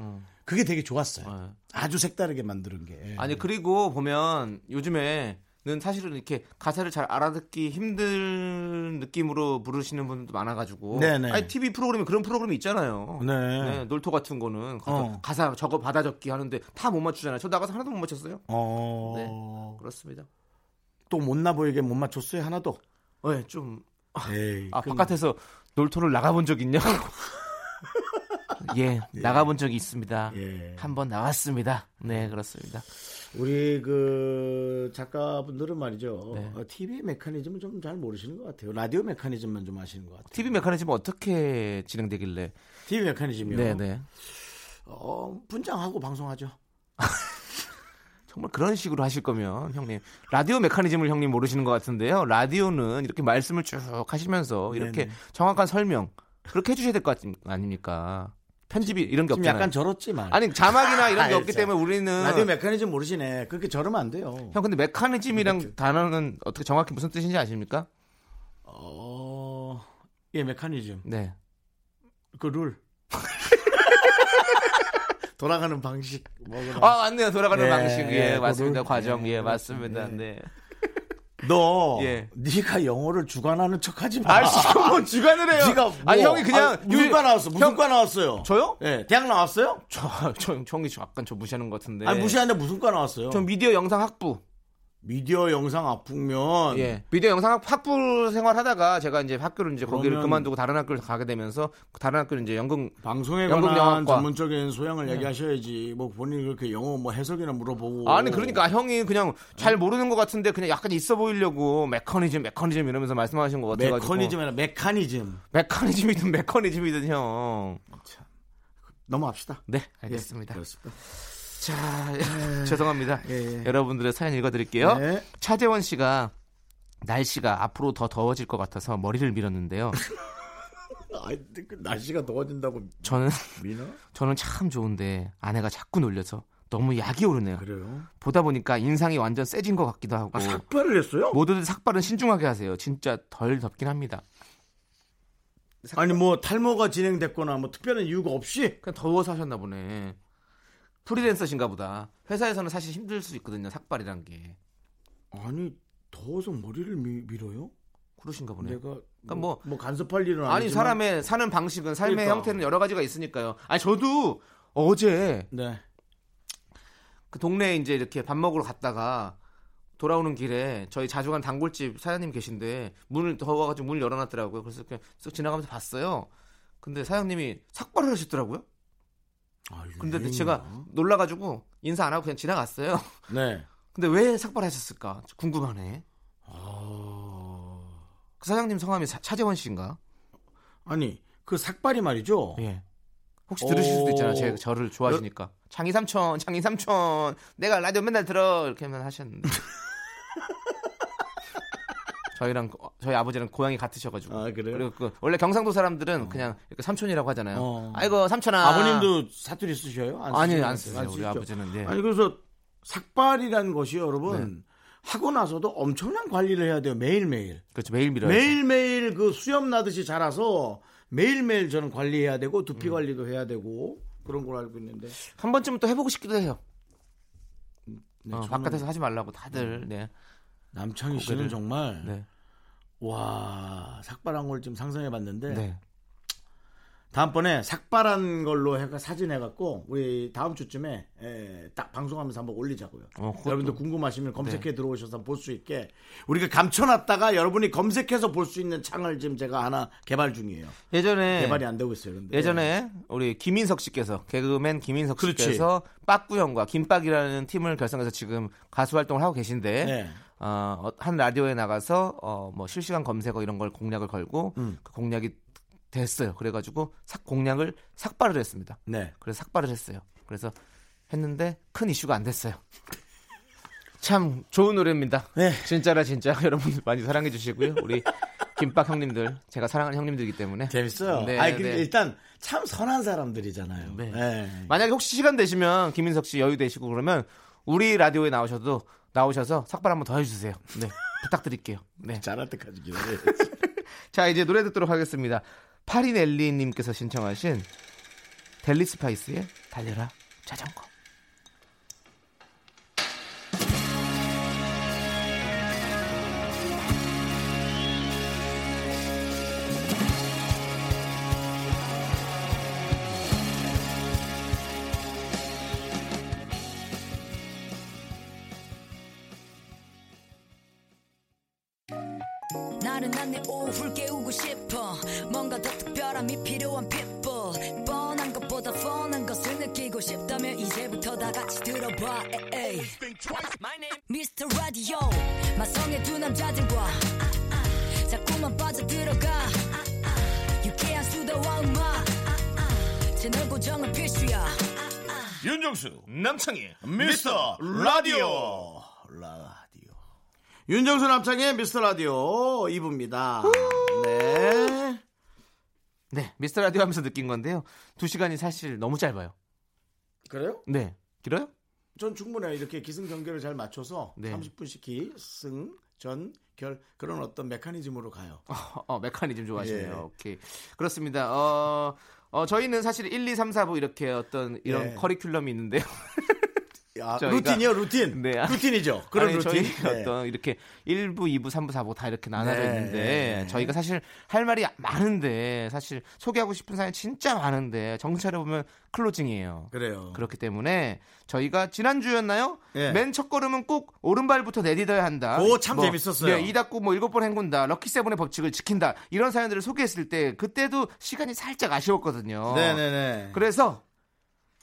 [SPEAKER 1] 그게 되게 좋았어요.
[SPEAKER 2] 네.
[SPEAKER 1] 아주 색다르게 만드는 게. 예.
[SPEAKER 2] 아니 그리고 보면 요즘에는 사실은 이렇게 가사를 잘 알아듣기 힘든 느낌으로 부르시는 분들도 많아가지고
[SPEAKER 1] 네네.
[SPEAKER 2] 아니 TV 프로그램이 그런 프로그램이 있잖아요.
[SPEAKER 1] 네.
[SPEAKER 2] 놀토 같은 거는 가서
[SPEAKER 1] 어.
[SPEAKER 2] 가사 저거 받아 적기 하는데 다 못 맞추잖아요. 저 나가서 하나도 못 맞췄어요.
[SPEAKER 1] 어.
[SPEAKER 2] 그렇습니다.
[SPEAKER 1] 또 못나 보이게 못 맞췄어요 하나도.
[SPEAKER 2] 네, 좀
[SPEAKER 1] 에이,
[SPEAKER 2] 아,
[SPEAKER 1] 그럼-
[SPEAKER 2] 바깥에서 놀토를 나가본 적 있냐? 예, 나가본 적이 있습니다.
[SPEAKER 1] 예.
[SPEAKER 2] 한 번 나왔습니다. 네, 그렇습니다.
[SPEAKER 1] 우리 그 작가분들은 말이죠.
[SPEAKER 2] 네.
[SPEAKER 1] 어, TV 메커니즘을 좀 잘 모르시는 것 같아요. 라디오 메커니즘만 좀 아시는 것 같아요.
[SPEAKER 2] TV 메커니즘 어떻게 진행되길래?
[SPEAKER 1] TV 메커니즘이요.
[SPEAKER 2] 네, 네.
[SPEAKER 1] 어, 분장하고 방송하죠.
[SPEAKER 2] 정말 그런 식으로 하실 거면 형님 라디오 메커니즘을 형님 모르시는 것 같은데요. 라디오는 이렇게 말씀을 쭉 하시면서 이렇게
[SPEAKER 1] 네네.
[SPEAKER 2] 정확한 설명 그렇게 해주셔야 될 것 아닙니까? 편집이 이런 게
[SPEAKER 1] 지금
[SPEAKER 2] 없잖아요.
[SPEAKER 1] 약간 저렇지만.
[SPEAKER 2] 아니 자막이나 이런 게
[SPEAKER 1] 아,
[SPEAKER 2] 없기
[SPEAKER 1] 알죠.
[SPEAKER 2] 때문에 우리는
[SPEAKER 1] 라디오 메커니즘 모르시네. 그렇게 저러면 안 돼요.
[SPEAKER 2] 형 근데 메커니즘이랑 단어는 어떻게 정확히 무슨 뜻인지 아십니까?
[SPEAKER 1] 어, 예, 메커니즘.
[SPEAKER 2] 네.
[SPEAKER 1] 그 룰. 돌아가는 방식. 뭐 그런.
[SPEAKER 2] 아 맞네요. 돌아가는
[SPEAKER 1] 예,
[SPEAKER 2] 방식 예,
[SPEAKER 1] 예,
[SPEAKER 2] 맞습니다.
[SPEAKER 1] 그걸-
[SPEAKER 2] 과정
[SPEAKER 1] 예,
[SPEAKER 2] 예,
[SPEAKER 1] 그렇죠.
[SPEAKER 2] 맞습니다.
[SPEAKER 1] 예.
[SPEAKER 2] 네.
[SPEAKER 1] 너,
[SPEAKER 2] 예.
[SPEAKER 1] 네가 영어를 주관하는 척하지 마.
[SPEAKER 2] 아 지금 뭐 주관을 해요.
[SPEAKER 1] 네가 뭐,
[SPEAKER 2] 아니 형이 그냥
[SPEAKER 1] 아니, 무슨 과 나왔어? 무슨
[SPEAKER 2] 형-
[SPEAKER 1] 과 나왔어요?
[SPEAKER 2] 저요?
[SPEAKER 1] 예, 대학 나왔어요?
[SPEAKER 2] 저, 아, 저, 형이 약간 저 무시하는 것 같은데.
[SPEAKER 1] 아니 무시하는데 무슨 과 나왔어요?
[SPEAKER 2] 저 미디어 영상 학부.
[SPEAKER 1] 미디어 영상 아프면
[SPEAKER 2] 예. 미디어 영상 학- 학부 생활하다가 제가 이제 학교를 이제 거기를
[SPEAKER 1] 그러면-
[SPEAKER 2] 그만두고 다른 학교를 가게 되면서 그 다른 학교를 이제 연극
[SPEAKER 1] 방송에
[SPEAKER 2] 연극
[SPEAKER 1] 관한
[SPEAKER 2] 영화과. 예.
[SPEAKER 1] 전문적인 소양을 얘기하셔야지 뭐 본인이 그렇게 영어 뭐 해석이나 물어보고
[SPEAKER 2] 아니 그러니까 형이 그냥 잘 모르는 것 같은데 그냥 약간 있어 보이려고 메커니즘 메커니즘 이러면서 말씀하신 것 같아가지고 어.
[SPEAKER 1] 메커니즘 이나 메커니즘
[SPEAKER 2] 메커니즘이든 메커니즘이든 형.
[SPEAKER 1] 넘어갑시다.
[SPEAKER 2] 네 알겠습니다.
[SPEAKER 1] 그렇습니다.
[SPEAKER 2] 자 죄송합니다.
[SPEAKER 1] 예, 예.
[SPEAKER 2] 여러분들의 사연 읽어드릴게요.
[SPEAKER 1] 네.
[SPEAKER 2] 차재원 씨가 날씨가 앞으로 더 더워질 것 같아서 머리를 밀었는데요.
[SPEAKER 1] 아이, 그 날씨가 더워진다고
[SPEAKER 2] 저는
[SPEAKER 1] 미나?
[SPEAKER 2] 저는 참 좋은데 아내가 자꾸 놀려서 너무 약이 오르네요.
[SPEAKER 1] 그래요?
[SPEAKER 2] 보다 보니까 인상이 완전 세진 것 같기도 하고
[SPEAKER 1] 아 삭발을 했어요?
[SPEAKER 2] 모두들 삭발은 신중하게 하세요. 진짜 덜 덥긴 합니다.
[SPEAKER 1] 아니 뭐 탈모가 진행됐거나 뭐 특별한 이유가 없이
[SPEAKER 2] 그냥 더워서 하셨나 보네. 프리랜서신가 보다. 회사에서는 사실 힘들 수 있거든요. 삭발이란 게
[SPEAKER 1] 아니 더워서 머리를 미, 밀어요?
[SPEAKER 2] 그러신가 보네.
[SPEAKER 1] 내가
[SPEAKER 2] 그러니까
[SPEAKER 1] 뭐,
[SPEAKER 2] 뭐-
[SPEAKER 1] 뭐 간섭할 일은
[SPEAKER 2] 아니
[SPEAKER 1] 아니지만
[SPEAKER 2] 사람의 사는 방식은 삶의
[SPEAKER 1] 그러니까.
[SPEAKER 2] 형태는 여러 가지가 있으니까요. 아니 저도 어제
[SPEAKER 1] 네.
[SPEAKER 2] 그 동네에 이제 이렇게 밥 먹으러 갔다가 돌아오는 길에 저희 자주 간 단골집 사장님 계신데 문을 더워가지고 문을 열어놨더라고요. 그래서 그냥 쓱 지나가면서 봤어요. 근데 사장님이 삭발을 하셨더라고요.
[SPEAKER 1] 아,
[SPEAKER 2] 근데
[SPEAKER 1] 유행이야.
[SPEAKER 2] 제가 놀라가지고 인사 안 하고 그냥 지나갔어요.
[SPEAKER 1] 네.
[SPEAKER 2] 근데 왜 삭발하셨을까? 저 궁금하네.
[SPEAKER 1] 아...
[SPEAKER 2] 그 사장님 성함이 사- 차재원 씨인가?
[SPEAKER 1] 아니 그 삭발이 말이죠.
[SPEAKER 2] 예. 혹시 들으실 수도 있잖아요.
[SPEAKER 1] 어.
[SPEAKER 2] 제 저를 좋아하시니까. 장이 삼촌, 장이 삼촌. 내가 라디오 맨날 들어 이렇게만 하셨는데. 저희랑 어, 저희 아버지랑 고향이 같으셔가지고.
[SPEAKER 1] 아, 그래요?
[SPEAKER 2] 리고그 원래 경상도 사람들은 그냥 이렇게 삼촌이라고 하잖아요.
[SPEAKER 1] 어.
[SPEAKER 2] 아이고 삼촌아.
[SPEAKER 1] 아버님도 사투리 쓰셔요? 안
[SPEAKER 2] 아니
[SPEAKER 1] 쓰시죠?
[SPEAKER 2] 안 쓰세요.
[SPEAKER 1] 안
[SPEAKER 2] 우리
[SPEAKER 1] 쓰시죠?
[SPEAKER 2] 아버지는 예.
[SPEAKER 1] 아니 그래서 삭발이라는 것이 여러분 하고 나서도 엄청난 관리를 해야 돼요 매일 매일
[SPEAKER 2] 그렇죠 매일 밀어요.
[SPEAKER 1] 매일 매일 그 수염 나듯이 자라서 매일 매일 저는 관리해야 되고 두피
[SPEAKER 2] 음.
[SPEAKER 1] 관리도 해야 되고 그런 걸 알고 있는데
[SPEAKER 2] 한 번쯤은 또 해보고 싶기도 해요.
[SPEAKER 1] 네,
[SPEAKER 2] 어,
[SPEAKER 1] 저는
[SPEAKER 2] 바깥에서 하지 말라고 다들 네.
[SPEAKER 1] 남창희 씨는
[SPEAKER 2] 고개를-
[SPEAKER 1] 정말
[SPEAKER 2] 네.
[SPEAKER 1] 와 삭발한 걸 지금 상상해 봤는데
[SPEAKER 2] 네.
[SPEAKER 1] 다음번에 삭발한 걸로 해가 사진 해갖고 우리 다음 주쯤에 에, 딱 방송하면서 한번 올리자고요.
[SPEAKER 2] 어, 그것도- 네.
[SPEAKER 1] 여러분들 궁금하시면 검색해 들어오셔서 볼 수 있게 우리가 감춰놨다가 여러분이 검색해서 볼 수 있는 창을 지금 제가 하나 개발 중이에요.
[SPEAKER 2] 예전에
[SPEAKER 1] 개발이 안 되고 있어요. 근데.
[SPEAKER 2] 네. 예전에 우리 김인석 씨께서 개그맨 김인석
[SPEAKER 1] 그렇지.
[SPEAKER 2] 씨께서 빠꾸형과 김빡이라는 팀을 결성해서 지금 가수 활동을 하고 계신데
[SPEAKER 1] 네.
[SPEAKER 2] 어, 한 라디오에 나가서 어, 뭐 실시간 검색어 이런 걸 공략을 걸고
[SPEAKER 1] 음.
[SPEAKER 2] 그 공략이 됐어요. 그래가지고 삭 공략을 삭발을 했습니다.
[SPEAKER 1] 네.
[SPEAKER 2] 그래서 삭발을 했어요. 그래서 했는데 큰 이슈가 안 됐어요. 참 좋은 노래입니다.
[SPEAKER 1] 네.
[SPEAKER 2] 진짜라 진짜 여러분들 많이 사랑해 주시고요. 우리 김밥 형님들 제가 사랑하는 형님들이기 때문에
[SPEAKER 1] 재밌어요.
[SPEAKER 2] 네,
[SPEAKER 1] 아니 근데
[SPEAKER 2] 네.
[SPEAKER 1] 일단 참 선한 사람들이잖아요.
[SPEAKER 2] 네.
[SPEAKER 1] 네.
[SPEAKER 2] 만약에 혹시 시간 되시면 김민석 씨 여유 되시고 그러면 우리 라디오에 나오셔도 나오셔서 삭발 한번 더 해주세요. 네 부탁드릴게요. 네.
[SPEAKER 1] 잘할 때까지 기다려요.
[SPEAKER 2] 자 이제 노래 듣도록 하겠습니다. 파리넬리님께서 신청하신 델리 스파이스의 달려라 자전거.
[SPEAKER 4] 나른한 내 오후를 깨우고 싶어 뭔가 더 특별함이 필요한 people 뻔한 것보다 뻔한 것을 느끼고 싶다면 이제부터 다 같이 들어봐 에이. Mr. Radio 마성의 두 남자들과 자꾸만 빠져들어가 유쾌한 수다와 음악 채널 고정은 필수야
[SPEAKER 1] 윤정수 남창희 미스터 라디오 라디오 윤정수 남창희 미스터 라디오 2부입니다 네
[SPEAKER 2] 네 미스터 라디오 하면서 느낀 건데요. 두 시간이 사실 너무 짧아요.
[SPEAKER 1] 그래요?
[SPEAKER 2] 네 길어요?
[SPEAKER 1] 전 충분해요 이렇게 기승전결을 잘 맞춰서
[SPEAKER 2] 네.
[SPEAKER 1] 30분씩 기승전결 그런 어떤 메커니즘으로 가요
[SPEAKER 2] 어, 메커니즘 좋아하시네요.
[SPEAKER 1] 예.
[SPEAKER 2] 오케이. 그렇습니다. 어, 어, 저희는 사실 1, 2, 3, 4부 이렇게 어떤 이런
[SPEAKER 1] 예.
[SPEAKER 2] 커리큘럼이 있는데요.
[SPEAKER 1] 아,
[SPEAKER 2] 저희가-
[SPEAKER 1] 루틴이요 루틴
[SPEAKER 2] 네.
[SPEAKER 1] 루틴이죠 그런
[SPEAKER 2] 아니,
[SPEAKER 1] 루틴
[SPEAKER 2] 저희
[SPEAKER 1] 네.
[SPEAKER 2] 어떤 이렇게 1부, 2부, 3부, 4부 다 이렇게 나눠져
[SPEAKER 1] 네.
[SPEAKER 2] 있는데 저희가 사실 할 말이 많은데 사실 소개하고 싶은 사연이 진짜 많은데 정체로 보면 클로징이에요.
[SPEAKER 1] 그래요
[SPEAKER 2] 그렇기 때문에 저희가 지난주였나요?
[SPEAKER 1] 예.
[SPEAKER 2] 맨 첫 걸음은 꼭 오른발부터 내딛어야 한다.
[SPEAKER 1] 오, 참 재밌었어요.
[SPEAKER 2] 네, 이닫고 뭐 일곱 번 헹군다. 럭키 세븐의 법칙을 지킨다. 이런 사연들을 소개했을 때 그때도 시간이 살짝 아쉬웠거든요.
[SPEAKER 1] 네네네
[SPEAKER 2] 그래서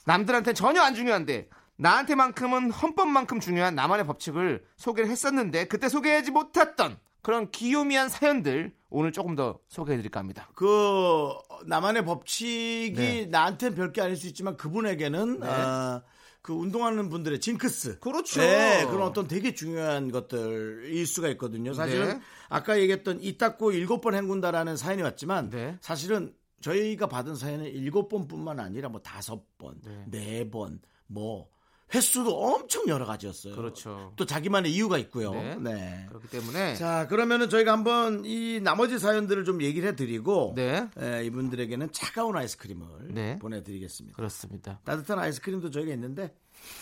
[SPEAKER 2] 남들한테 전혀 안 중요한데 나한테만큼은 헌법만큼 중요한 나만의 법칙을 소개를 했었는데 그때 소개하지 못했던 그런 기요미한 사연들 오늘 조금 더 소개해드릴까 합니다.
[SPEAKER 1] 그 나만의 법칙이
[SPEAKER 2] 네.
[SPEAKER 1] 나한테는 별게 아닐 수 있지만 그분에게는
[SPEAKER 2] 네.
[SPEAKER 1] 아, 그 운동하는 분들의 징크스
[SPEAKER 2] 그렇죠.
[SPEAKER 1] 네, 그런 어떤 되게 중요한 것들일 수가 있거든요. 사실은
[SPEAKER 2] 네.
[SPEAKER 1] 아까 얘기했던 이 닦고 일곱 번 헹군다라는 사연이 왔지만
[SPEAKER 2] 네.
[SPEAKER 1] 사실은 저희가 받은 사연은 일곱 번뿐만 아니라 뭐 다섯 번,
[SPEAKER 2] 네.
[SPEAKER 1] 네 번, 뭐 횟수도 엄청 여러 가지였어요.
[SPEAKER 2] 그렇죠.
[SPEAKER 1] 또 자기만의 이유가 있고요.
[SPEAKER 2] 네.
[SPEAKER 1] 네.
[SPEAKER 2] 그렇기 때문에
[SPEAKER 1] 자, 그러면은 저희가 한번 이 나머지 사연들을 좀 얘기를 해드리고
[SPEAKER 2] 네.
[SPEAKER 1] 에, 이분들에게는 차가운 아이스크림을
[SPEAKER 2] 네.
[SPEAKER 1] 보내드리겠습니다.
[SPEAKER 2] 그렇습니다.
[SPEAKER 1] 따뜻한 아이스크림도 저희가 있는데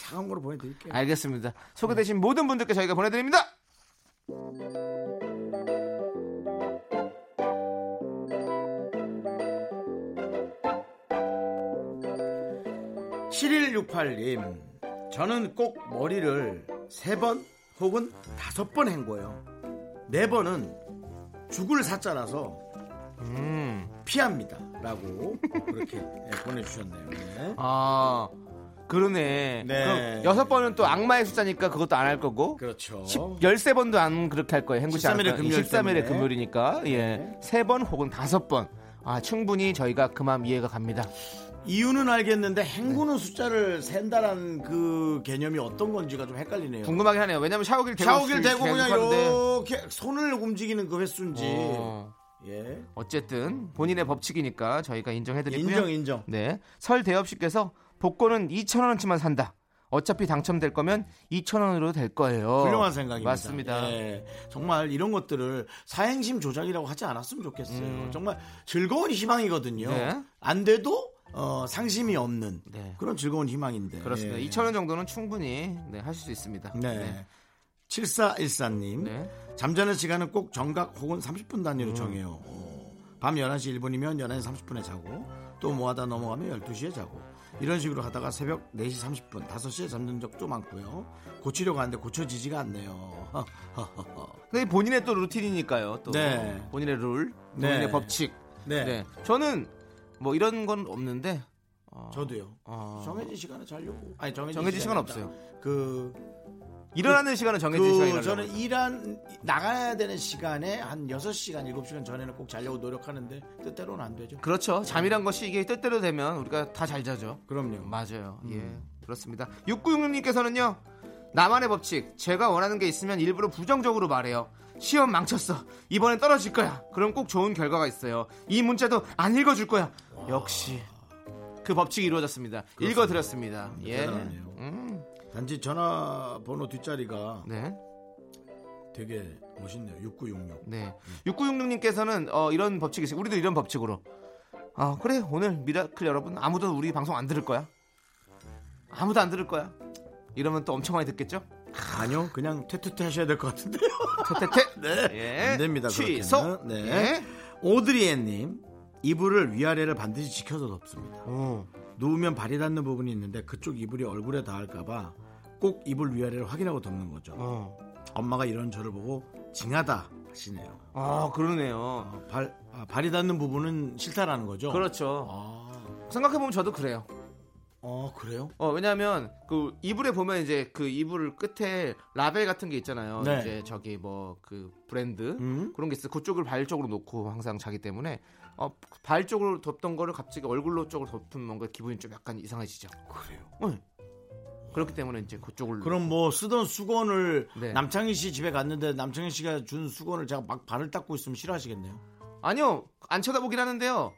[SPEAKER 1] 차가운 거로 보내드릴게요.
[SPEAKER 2] 알겠습니다. 소개되신 모든 분들께 저희가 보내드립니다. 아.
[SPEAKER 1] 칠 7168님, 저는 꼭 머리를 세 번 혹은 다섯 번 헹궈요. 네 번은 죽을 사자라서
[SPEAKER 2] 음.
[SPEAKER 1] 피합니다라고 그렇게 예, 보내주셨네요. 네.
[SPEAKER 2] 아 그러네.
[SPEAKER 1] 네.
[SPEAKER 2] 그럼 여섯 번은 또 악마의 숫자니까 그것도 안 할 거고.
[SPEAKER 1] 그렇죠.
[SPEAKER 2] 13번도 안 그렇게 할 거예요. 행구시
[SPEAKER 1] 13일에 금요일
[SPEAKER 2] 13일에
[SPEAKER 1] 때문에.
[SPEAKER 2] 금요일이니까. 예.
[SPEAKER 1] 네.
[SPEAKER 2] 세 번 혹은 다섯 번 아, 충분히 저희가 그만 이해가 갑니다.
[SPEAKER 1] 이유는 알겠는데 헹구는 숫자를 센다라는 그 개념이 어떤 건지가 좀 헷갈리네요.
[SPEAKER 2] 궁금하긴 하네요. 왜냐면 샤워기를 대고
[SPEAKER 1] 샤워기를
[SPEAKER 2] 있을
[SPEAKER 1] 대고 그냥
[SPEAKER 2] 대구하는데.
[SPEAKER 1] 이렇게 손을 움직이는 그 횟수인지
[SPEAKER 2] 어,
[SPEAKER 1] 예
[SPEAKER 2] 어쨌든 본인의 법칙이니까 저희가 인정해 드리고요.
[SPEAKER 1] 인정 인정
[SPEAKER 2] 네. 설대엽 씨께서 복권은 2,000원어치만 산다. 어차피 당첨될 거면 2,000원으로 될 거예요.
[SPEAKER 1] 훌륭한 생각입니다.
[SPEAKER 2] 맞습니다.
[SPEAKER 1] 예, 정말 이런 것들을 사행심 조작이라고 하지 않았으면 좋겠어요. 정말 즐거운 희망이거든요.
[SPEAKER 2] 음. 네.
[SPEAKER 1] 안 돼도 어, 상심이 없는
[SPEAKER 2] 네.
[SPEAKER 1] 그런 즐거운 희망인데
[SPEAKER 2] 그렇습니다.
[SPEAKER 1] 예.
[SPEAKER 2] 2,000원 정도는 충분히 네, 하실 수 있습니다.
[SPEAKER 1] 네. 7414님
[SPEAKER 2] 네.
[SPEAKER 1] 잠자는 시간은 꼭 정각 혹은 30분
[SPEAKER 2] 음.
[SPEAKER 1] 단위로 정해요. 어, 밤 11시 1분이면 11시 30분에 자고 또 뭐하다 넘어가면 12시에 자고 이런 식으로 하다가 새벽 4시 30분, 5시에 잠든 적도 많고요. 고치려고 하는데 고쳐지지가 않네요.
[SPEAKER 2] 근데 본인의 또 루틴이니까요. 또
[SPEAKER 1] 네.
[SPEAKER 2] 본인의 룰,
[SPEAKER 1] 네.
[SPEAKER 2] 본인의 법칙.
[SPEAKER 1] 네.
[SPEAKER 2] 네. 저는 뭐 이런 건 없는데 어,
[SPEAKER 1] 저도요.
[SPEAKER 2] 어,
[SPEAKER 1] 정해진 시간에 자려고. 아니 정해진,
[SPEAKER 2] 정해진 시간
[SPEAKER 1] 시간이
[SPEAKER 2] 없어요.
[SPEAKER 1] 없다. 그,
[SPEAKER 2] 일어나는 시간은 정해진
[SPEAKER 1] 그
[SPEAKER 2] 시간이라고.
[SPEAKER 1] 저는 일한 나가야 되는 시간에 한 6시간, 7시간 전에는 꼭 자려고 노력하는데 뜻대로는 안 되죠.
[SPEAKER 2] 그렇죠. 잠이란 것이 이게 뜻대로 되면 우리가 다 잘 자죠.
[SPEAKER 1] 그럼요. 음.
[SPEAKER 2] 맞아요. 예. 그렇습니다. 696님께서는요. 나만의 법칙. 제가 원하는 게 있으면 일부러 부정적으로 말해요. 시험 망쳤어. 이번엔 떨어질 거야. 그럼 꼭 좋은 결과가 있어요. 이 문자도 안 읽어줄 거야. 역시 그 법칙이 이루어졌습니다. 읽어드렸습니다. 예.
[SPEAKER 1] 대단하네요.
[SPEAKER 2] 음,
[SPEAKER 1] 단지 전화번호 뒷자리가
[SPEAKER 2] 네.
[SPEAKER 1] 되게 멋있네요. 6966.
[SPEAKER 2] 네. 6966님께서는 어, 이런 법칙이 있어요. 우리도 이런 법칙으로. 아, 그래. 오늘 미라클 여러분 아무도 우리 방송 안 들을 거야. 아무도 안 들을 거야. 이러면 또 엄청 많이 듣겠죠?
[SPEAKER 1] 아니요, 그냥 퇴퇴퇴 하셔야 될 것 같은데요.
[SPEAKER 2] 퇴퇴퇴.
[SPEAKER 1] 네,
[SPEAKER 2] 예.
[SPEAKER 1] 안 됩니다.
[SPEAKER 2] 취소. 예.
[SPEAKER 1] 그렇게는. 네. 오드리엔님 이불을 위아래를 반드시 지켜서 덮습니다.
[SPEAKER 2] 오.
[SPEAKER 1] 누우면 발이 닿는 부분이 있는데 그쪽 이불이 얼굴에 닿을까봐 꼭 이불 위아래를 확인하고 덮는 거죠.
[SPEAKER 2] 어.
[SPEAKER 1] 엄마가 이런 저를 보고 징하다 하시네요.
[SPEAKER 2] 아, 그러네요.
[SPEAKER 1] 어, 발 아, 발이 닿는 부분은 싫다라는 거죠.
[SPEAKER 2] 그렇죠.
[SPEAKER 1] 아,
[SPEAKER 2] 생각해보면 저도 그래요.
[SPEAKER 1] 어 그래요?
[SPEAKER 2] 어, 왜냐하면 그 이불에 보면 이제 그 이불 끝에 라벨 같은 게 있잖아요.
[SPEAKER 1] 네.
[SPEAKER 2] 이제 저기 뭐 그 브랜드
[SPEAKER 1] 음.
[SPEAKER 2] 그런 게 있어. 그쪽을 발 쪽으로 놓고 항상 자기 때문에 어, 발 쪽으로 덮던 거를 갑자기 얼굴로 쪽으로 덮으면 뭔가 기분이 좀 약간 이상해지죠.
[SPEAKER 1] 그래요.
[SPEAKER 2] 응. 그렇기 때문에 이제 그쪽을
[SPEAKER 1] 그럼 뭐 쓰던 수건을
[SPEAKER 2] 음. 네.
[SPEAKER 1] 남창희 씨 집에 갔는데 남창희 씨가 준 수건을 제가 막 발을 닦고 있으면 싫어하시겠네요.
[SPEAKER 2] 아니요 안 쳐다보긴 하는데요.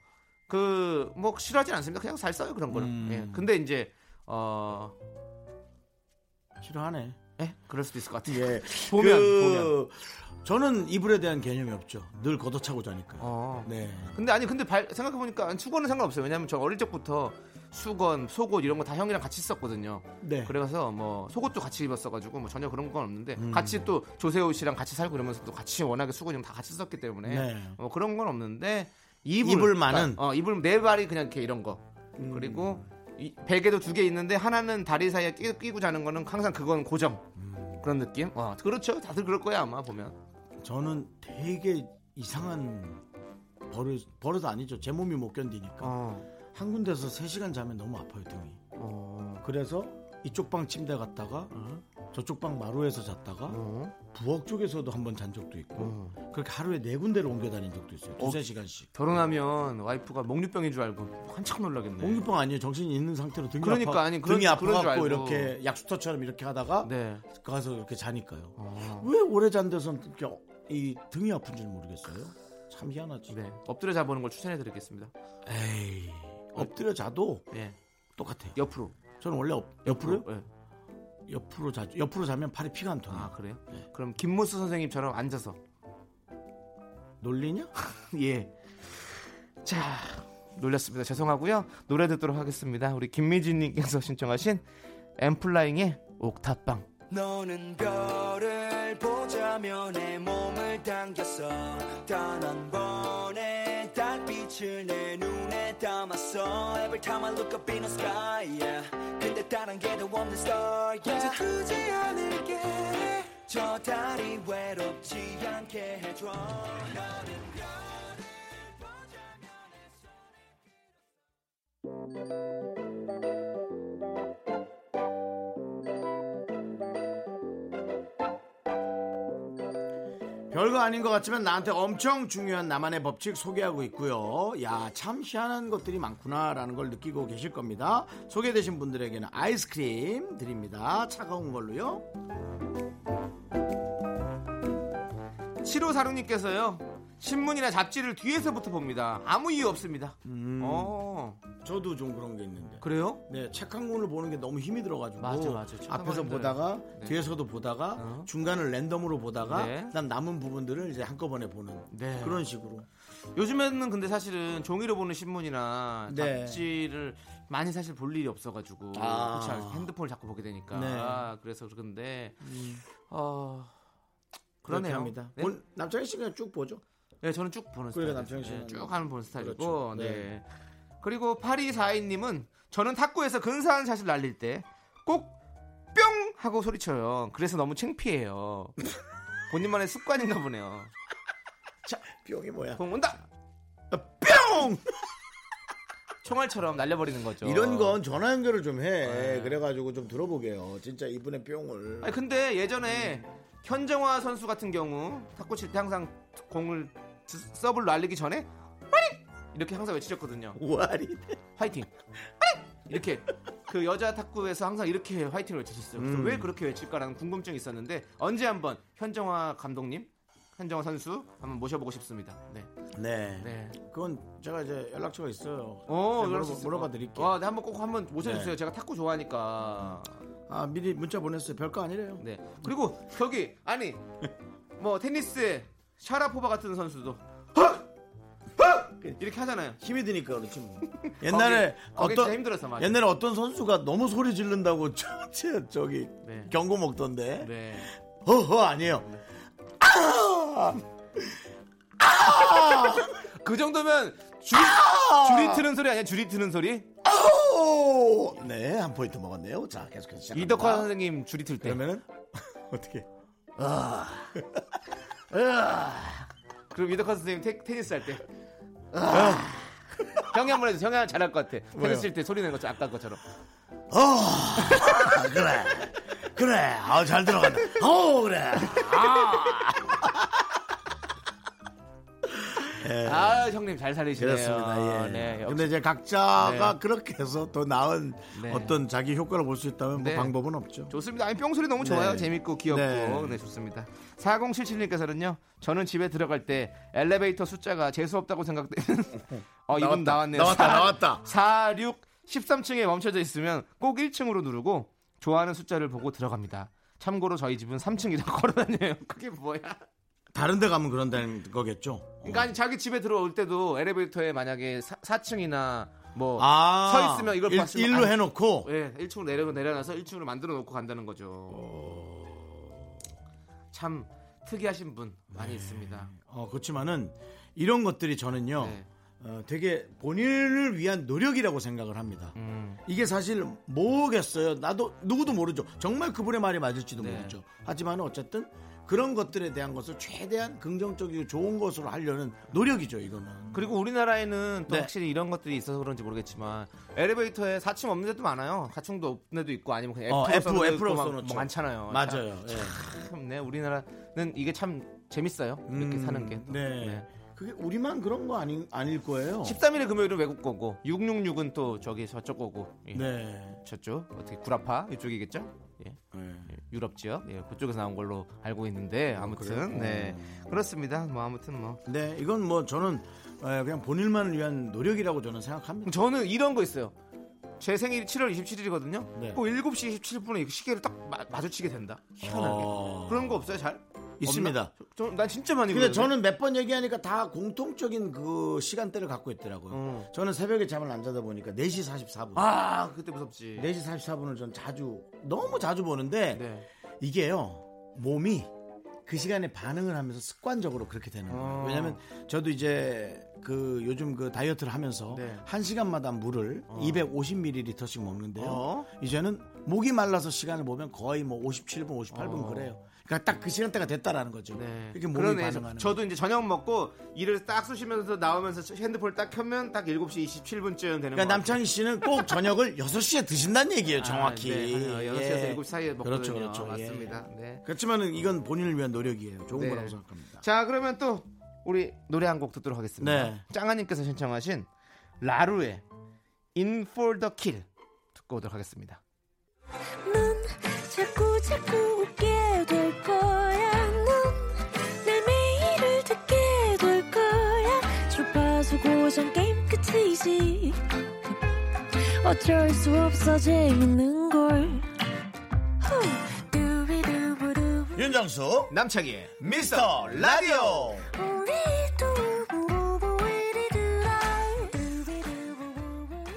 [SPEAKER 2] 그 뭐 싫어하진 않습니다. 그냥 잘 써요 그런 거는.
[SPEAKER 1] 음.
[SPEAKER 2] 예. 근데 이제 어,
[SPEAKER 1] 싫어하네.
[SPEAKER 2] 예, 그럴 수도 있을 것 같아요.
[SPEAKER 1] 예.
[SPEAKER 2] 보면,
[SPEAKER 1] 그, 저는 이불에 대한 개념이 없죠. 늘 걷어차고 자니까요.
[SPEAKER 2] 어.
[SPEAKER 1] 네.
[SPEAKER 2] 근데 아니 근데 발 생각해 보니까 수건은 상관없어요. 왜냐하면 저 어릴 적부터 수건, 속옷 이런 거 다 형이랑 같이 썼거든요.
[SPEAKER 1] 네.
[SPEAKER 2] 그래서 뭐 속옷도 같이 입었어가지고 뭐 전혀 그런 건 없는데
[SPEAKER 1] 음.
[SPEAKER 2] 같이 또 조세호 씨랑 같이 살고 이러면서 또 같이 워낙에 수건 이런 거 다 같이 썼기 때문에
[SPEAKER 1] 네.
[SPEAKER 2] 어, 그런 건 없는데 이불,
[SPEAKER 1] 이불만은? 음.
[SPEAKER 2] 어 이불 네 발이 그냥 이렇게 이런 거 그리고 이 베개도 두 개 있는데 하나는 다리 사이에 끼, 끼고 자는 거는 항상 그건 고정
[SPEAKER 1] 음.
[SPEAKER 2] 그런 느낌. 어 그렇죠. 다들 그럴 거야 아마 보면.
[SPEAKER 1] 저는 되게 이상한 버릇, 버릇 아니죠. 제 몸이 못 견디니까.
[SPEAKER 2] 어.
[SPEAKER 1] 한 군데서 세시간 자면 너무 아파요, 등이.
[SPEAKER 2] 어.
[SPEAKER 1] 그래서 이쪽 방 침대 갔다가 저쪽 방 마루에서 잤다가 부엌 쪽에서도 한 번 잔 적도 있고 그렇게 하루에 네 군데를 옮겨 다닌 적도 있어요. 두세 시간씩.
[SPEAKER 2] 결혼하면 와이프가 목류병인 줄 알고 한참 놀라겠네.
[SPEAKER 1] 몽유병 아니에요. 정신이 있는 상태로 등이
[SPEAKER 2] 그러니까,
[SPEAKER 1] 아파.
[SPEAKER 2] 아니, 그런-
[SPEAKER 1] 등이
[SPEAKER 2] 그런 줄
[SPEAKER 1] 아파갖고
[SPEAKER 2] 알고.
[SPEAKER 1] 이렇게 약수터처럼 이렇게 하다가
[SPEAKER 2] 네. 어,
[SPEAKER 1] 가서 이렇게 자니까요. 왜 오래 잔 데선 이렇게 어- 이 등이 아픈 줄 모르겠어요. 참 희한하지.
[SPEAKER 2] 네. 엎드려 자보는 걸 추천해 드리겠습니다.
[SPEAKER 1] 에이 엎드려 자도
[SPEAKER 2] 예.
[SPEAKER 1] 똑같아요.
[SPEAKER 2] 옆으로.
[SPEAKER 1] 저는 원래 엎, 옆으로
[SPEAKER 2] 예.
[SPEAKER 1] 옆으로 자 옆으로 자면 팔이 피가 안 통해.
[SPEAKER 2] 아,
[SPEAKER 1] 요
[SPEAKER 2] 그래요? 그럼 김문수 선생님처럼 앉아서.
[SPEAKER 1] 놀리냐?
[SPEAKER 2] 예. 자, 놀렸습니다. 죄송하고요. 노래 듣도록 하겠습니다. 우리 김미진 님께서 신청하신 엠플라잉의 옥탑방.
[SPEAKER 3] 너는 별을 보자며 내 몸을 당겼어 단 한 번의 달빛을 내 눈에 담았어 Every time I look up in the sky yeah. 근데 다른 게더 없는 star yeah. 두지 않을게 저 달이 외롭지 않게 해줘
[SPEAKER 1] 별거 아닌 것 같지만 나한테 엄청 중요한 나만의 법칙 소개하고 있고요. 야, 참 희한한 것들이 많구나라는 걸 느끼고 계실 겁니다. 소개되신 분들에게는 아이스크림 드립니다. 차가운 걸로요.
[SPEAKER 2] 7호 사룡 님께서요. 신문이나 잡지를 뒤에서부터 봅니다. 아무 이유 없습니다. 어.
[SPEAKER 1] 저도 좀 그런 게 있는데.
[SPEAKER 2] 그래요?
[SPEAKER 1] 네, 책 한 권을 보는 게 너무 힘이 들어가지고
[SPEAKER 2] 맞아, 맞아. 책
[SPEAKER 1] 앞에서
[SPEAKER 2] 한 권이
[SPEAKER 1] 보다가
[SPEAKER 2] 힘들어요. 네.
[SPEAKER 1] 뒤에서도 보다가
[SPEAKER 2] 어.
[SPEAKER 1] 중간을 랜덤으로 보다가
[SPEAKER 2] 네.
[SPEAKER 1] 그다음 남은 부분들을 이제 한꺼번에 보는
[SPEAKER 2] 네.
[SPEAKER 1] 그런 식으로
[SPEAKER 2] 요즘에는 근데 사실은 종이로 보는 신문이나
[SPEAKER 1] 네.
[SPEAKER 2] 잡지를 많이 사실 볼 일이 없어가지고
[SPEAKER 1] 아.
[SPEAKER 2] 그렇지 않아요? 핸드폰을 자꾸 보게 되니까
[SPEAKER 1] 네. 음.
[SPEAKER 2] 아, 그래서 그런데 어
[SPEAKER 1] 그렇게
[SPEAKER 2] 그러네요.
[SPEAKER 1] 합니다.
[SPEAKER 2] 네?
[SPEAKER 1] 본- 남창희 씨가 쭉 보죠.
[SPEAKER 2] 네, 저는 쭉 보는
[SPEAKER 1] 그러니까
[SPEAKER 2] 스타일.
[SPEAKER 1] 남창희 씨는
[SPEAKER 2] 네, 쭉 하는 보는 스타일이고
[SPEAKER 1] 그렇죠.
[SPEAKER 2] 네.
[SPEAKER 1] 네.
[SPEAKER 2] 그리고 8242님은 저는 탁구에서 근사한 샷을 날릴 때 꼭 뿅 하고 소리쳐요. 그래서 너무 창피해요. 본인만의 습관인가 보네요.
[SPEAKER 1] 자, 뿅이 뭐야?
[SPEAKER 2] 공 온다.
[SPEAKER 1] 아, 뿅!
[SPEAKER 2] 총알처럼 날려버리는 거죠.
[SPEAKER 1] 이런 건 전화 연결을 좀 해. 그래가지고 좀 들어보게요. 진짜 이분의 뿅을.
[SPEAKER 2] 네. 아니 근데 예전에 현정화 선수 같은 경우 탁구 칠 때 항상 공을 드- 서브를 날리기 전에 화이팅! 이렇게 항상 외치셨거든요.
[SPEAKER 1] 우아리.
[SPEAKER 2] 화이팅! 화이팅! 이렇게 그 여자 탁구에서 항상 이렇게 화이팅을 외쳤었어요. 그래서
[SPEAKER 1] 음.
[SPEAKER 2] 왜 그렇게 외칠까라는 궁금증이 있었는데 언제 한번 현정화 감독님, 현정화 선수 한번 모셔보고 싶습니다. 네.
[SPEAKER 1] 네.
[SPEAKER 2] 네.
[SPEAKER 1] 그건 제가 이제 연락처가 있어요.
[SPEAKER 2] 어,
[SPEAKER 1] 제가
[SPEAKER 2] 연락
[SPEAKER 1] 물어봐,
[SPEAKER 2] 주세요.
[SPEAKER 1] 물어봐 드릴게요.
[SPEAKER 2] 와, 네, 한번 꼭 한번 모셔주세요.
[SPEAKER 1] 네.
[SPEAKER 2] 제가 탁구 좋아하니까.
[SPEAKER 1] 아, 미리 문자 보냈어요. 별거 아니래요.
[SPEAKER 2] 네. 그리고 저기 아니 뭐 테니스에 샤라포바 같은 선수도 헉! 헉! 이렇게 하잖아요.
[SPEAKER 1] 힘이 드니까 그렇지 뭐. 옛날에
[SPEAKER 2] 거기 진짜
[SPEAKER 1] 어떤
[SPEAKER 2] 힘들었어, 맞아.
[SPEAKER 1] 옛날에 어떤 선수가 너무 소리 지른다고 저, 저- 저기
[SPEAKER 2] 네.
[SPEAKER 1] 경고 먹던데.
[SPEAKER 2] 네.
[SPEAKER 1] 허허 아니에요.
[SPEAKER 2] 그 정도면 줄이 줄이 트는 소리 아니야? 줄이 트는 소리?
[SPEAKER 1] 아우! 네, 한 포인트 먹었네요. 자, 계속해서 시작.
[SPEAKER 2] 이덕화 네. 선생님 줄이 틀 때.
[SPEAKER 1] 그러면은 어떻게?
[SPEAKER 2] 그럼 이덕화 선생님 테, 테니스 할 때. 아. 형이 한 번 해줘. 형이 한 잘할 것 같아.
[SPEAKER 1] 뭐요?
[SPEAKER 2] 테니스 칠 때 소리 내는 것처럼 아까 것처럼.
[SPEAKER 1] 아, 그래. 그래. 아, 잘 들어간다. 어, 그래.
[SPEAKER 2] 아 형님 잘 살리시네요.
[SPEAKER 1] 그렇습니다. 예.
[SPEAKER 2] 네, 역시.
[SPEAKER 1] 근데 이제 각자가
[SPEAKER 2] 네.
[SPEAKER 1] 그렇게 해서 더 나은
[SPEAKER 2] 네.
[SPEAKER 1] 어떤 자기 효과를 볼 수 있다면
[SPEAKER 2] 네.
[SPEAKER 1] 뭐 방법은 없죠.
[SPEAKER 2] 좋습니다. 아니 뿅소리 너무 좋아요.
[SPEAKER 1] 네.
[SPEAKER 2] 재밌고 귀엽고
[SPEAKER 1] 네.
[SPEAKER 2] 네. 좋습니다. 4077님께서는요. 저는 집에 들어갈 때 엘리베이터 숫자가 재수 없다고 생각되는 어 이분 나왔네요.
[SPEAKER 1] 나왔다,
[SPEAKER 2] 사-
[SPEAKER 1] 나왔다.
[SPEAKER 2] 4, 6, 13층에 멈춰져 있으면 꼭 1층으로 누르고 좋아하는 숫자를 보고 들어갑니다. 참고로 저희 집은 3층이라 걸어다녀요. 그게 뭐야?
[SPEAKER 1] 다른 데 가면 그런다는 거겠죠.
[SPEAKER 2] 그러니까 아니 자기 집에 들어올 때도 엘리베이터에 만약에 4, 층이나 뭐 서
[SPEAKER 1] 아,
[SPEAKER 2] 있으면 이걸
[SPEAKER 1] 일,
[SPEAKER 2] 봤으면
[SPEAKER 1] 일로
[SPEAKER 2] 안-
[SPEAKER 1] 해놓고
[SPEAKER 2] 예, 1층으로 내려 내려놔서 1층으로 만들어 놓고 간다는 거죠.
[SPEAKER 1] 어.
[SPEAKER 2] 참 특이하신 분 많이 있습니다.
[SPEAKER 1] 어, 그렇지만은 이런 것들이 저는요
[SPEAKER 2] 네.
[SPEAKER 1] 어, 되게 본인을 위한 노력이라고 생각을 합니다.
[SPEAKER 2] 음.
[SPEAKER 1] 이게 사실 뭐겠어요. 나도 누구도 모르죠. 정말 그분의 말이 맞을지도
[SPEAKER 2] 네.
[SPEAKER 1] 모르죠. 하지만 어쨌든 그런 것들에 대한 것을 최대한 긍정적이고 좋은 것으로 하려는 노력이죠. 이거는
[SPEAKER 2] 그리고 우리나라에는 또
[SPEAKER 1] 네.
[SPEAKER 2] 확실히 이런 것들이 있어서 그런지 모르겠지만 엘리베이터에 4층 없는 데도 많아요. 4층도 없는 데도 있고 아니면 그냥
[SPEAKER 1] 어,
[SPEAKER 2] F로 써놓은
[SPEAKER 1] F,
[SPEAKER 2] 데도
[SPEAKER 1] F로
[SPEAKER 2] 있고 막-
[SPEAKER 1] 써놓죠.
[SPEAKER 2] 뭐 많잖아요.
[SPEAKER 1] 맞아요. 예.
[SPEAKER 2] 참, 네, 우리나라는 이게 참 재밌어요. 이렇게
[SPEAKER 1] 음,
[SPEAKER 2] 사는 게. 또.
[SPEAKER 1] 네. 어.
[SPEAKER 2] 네.
[SPEAKER 1] 그게 우리만 그런 거 아니, 아닐 거예요.
[SPEAKER 2] 13일의 금요일은 외국 거고 666은 또 저기 저쪽 거고 예.
[SPEAKER 1] 네.
[SPEAKER 2] 저쪽 어떻게 구라파 이쪽이겠죠? 예. 유럽 지역 예, 그쪽에서 나온 걸로 알고 있는데 아무튼 네
[SPEAKER 1] 음.
[SPEAKER 2] 그렇습니다. 뭐 아무튼 뭐
[SPEAKER 1] 네, 이건 뭐 저는 에, 그냥 본인만을 위한 노력이라고 저는 생각합니다.
[SPEAKER 2] 저는 이런 거 있어요. 제 생일이 7월 27일이거든요.
[SPEAKER 1] 네.
[SPEAKER 2] 꼭 7시 27분에 시계를 딱 마, 마주치게 된다. 희한하게
[SPEAKER 1] 어.
[SPEAKER 2] 그런 거 없어요? 잘
[SPEAKER 1] 있습니다.
[SPEAKER 2] 없나? 저, 난 진짜 많이.
[SPEAKER 1] 근데
[SPEAKER 2] 그러거든요.
[SPEAKER 1] 저는 몇 번 얘기하니까 다 공통적인 그 시간대를 갖고 있더라고요.
[SPEAKER 2] 어.
[SPEAKER 1] 저는 새벽에 잠을 안 자다 보니까 4시 44분.
[SPEAKER 2] 아 그때 무섭지.
[SPEAKER 1] 4시 44분을 전 자주, 너무 자주 보는데
[SPEAKER 2] 네.
[SPEAKER 1] 이게요, 몸이 그 시간에 반응을 하면서 습관적으로 그렇게 되는 거예요.
[SPEAKER 2] 어.
[SPEAKER 1] 왜냐면 저도 이제 그 요즘 그 다이어트를 하면서
[SPEAKER 2] 네.
[SPEAKER 1] 한시간마다 물을 250ml씩 먹는데요.
[SPEAKER 2] 어.
[SPEAKER 1] 이제는 목이 말라서 시간을 보면 거의 뭐 57분, 58분
[SPEAKER 2] 어.
[SPEAKER 1] 그래요. 그러니까 딱 그 시간대가 됐다라는 거죠.
[SPEAKER 2] 네.
[SPEAKER 1] 이렇게 몸이
[SPEAKER 2] 그러네.
[SPEAKER 1] 반응하는
[SPEAKER 2] 저, 도 이제 저녁 먹고 일을 딱 쑤시면서 나오면서 핸드폰을 딱 켜면 딱 7시 27분쯤 되는 거
[SPEAKER 1] 그러니까 남창희 씨는 꼭 저녁을 6시에 드신다는 얘기예요, 정확히.
[SPEAKER 2] 아, 네, 한 6시에서
[SPEAKER 1] 예.
[SPEAKER 2] 7시 사이에 먹거든요.
[SPEAKER 1] 그렇죠, 그렇죠. 예.
[SPEAKER 2] 맞습니다. 네.
[SPEAKER 1] 그렇지만은 이건 본인을 위한 노력이에요. 좋은
[SPEAKER 2] 네.
[SPEAKER 1] 거라고 생각합니다.
[SPEAKER 2] 자, 그러면 또 우리 노래 한 곡 듣도록 하겠습니다.
[SPEAKER 1] 네.
[SPEAKER 2] 짱아님께서 신청하신 라루의 In for the Kill 듣고 오도록 하겠습니다.
[SPEAKER 5] 넌 자꾸 자꾸 웃게 될 거야. 넌내 매일을 듣게 될 거야. 주파수 고정 게임 끝이지. 어쩔 수 없어 재밌는 걸. 후. 두비두부두.
[SPEAKER 1] 윤정수,
[SPEAKER 2] 남창희의
[SPEAKER 1] 미스터 라디오!
[SPEAKER 5] 우리 두부부부 우리들아. 두비두부부부 우리들아.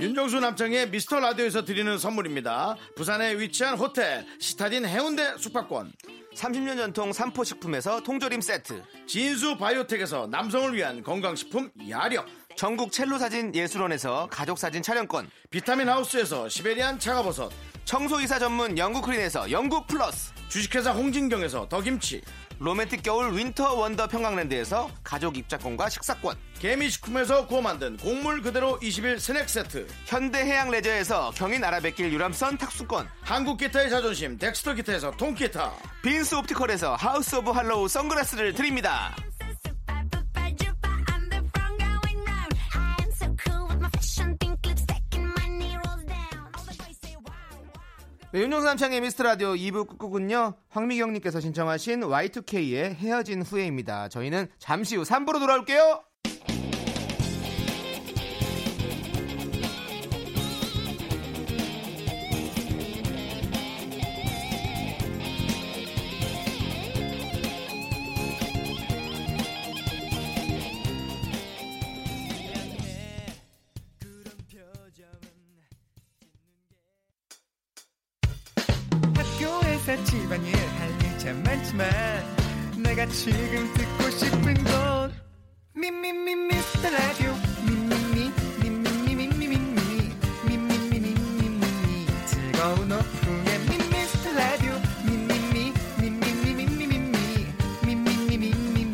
[SPEAKER 1] 윤정수 남창의 미스터 라디오에서 드리는 선물입니다. 부산에 위치한 호텔, 시타딘 해운대 숙박권,
[SPEAKER 2] 30년 전통 삼포식품에서 통조림 세트
[SPEAKER 1] 진수 바이오텍에서 남성을 위한 건강식품 야력,
[SPEAKER 2] 전국 첼로사진 예술원에서 가족사진 촬영권
[SPEAKER 1] 비타민 하우스에서 시베리안 차가버섯,
[SPEAKER 2] 청소이사 전문 영국크린에서 영국 플러스
[SPEAKER 1] 주식회사 홍진경에서 더김치,
[SPEAKER 2] 로맨틱 겨울 윈터 원더 평강랜드에서 가족 입자권과 식사권
[SPEAKER 1] 개미식품에서 구워 만든 곡물 그대로 21 스낵 세트,
[SPEAKER 2] 현대해양 레저에서 경인 아라뱃길 유람선 탁수권
[SPEAKER 1] 한국 기타의 자존심 덱스터 기타에서 통기타
[SPEAKER 2] 빈스 옵티컬에서 하우스 오브 할로우 선글라스를 드립니다
[SPEAKER 5] Super, super, duper, I'm the front going round. I
[SPEAKER 2] 네, 윤종삼창의 미스트라디오 2부 끝곡은요 황미경님께서 신청하신 Y2K의 헤어진 후에입니다 저희는 잠시 후 3부로 돌아올게요
[SPEAKER 6] 학교에서 집안일 할 일 참 많지만 내가 지금 듣고 싶은 건 미미미 미스터 라디오 미미미 미미미 미미미 미미미 미미미 미미미 즐거운 오후에 미스터 라디오 미미미 미미미 미미미 미미미 미미미 미미미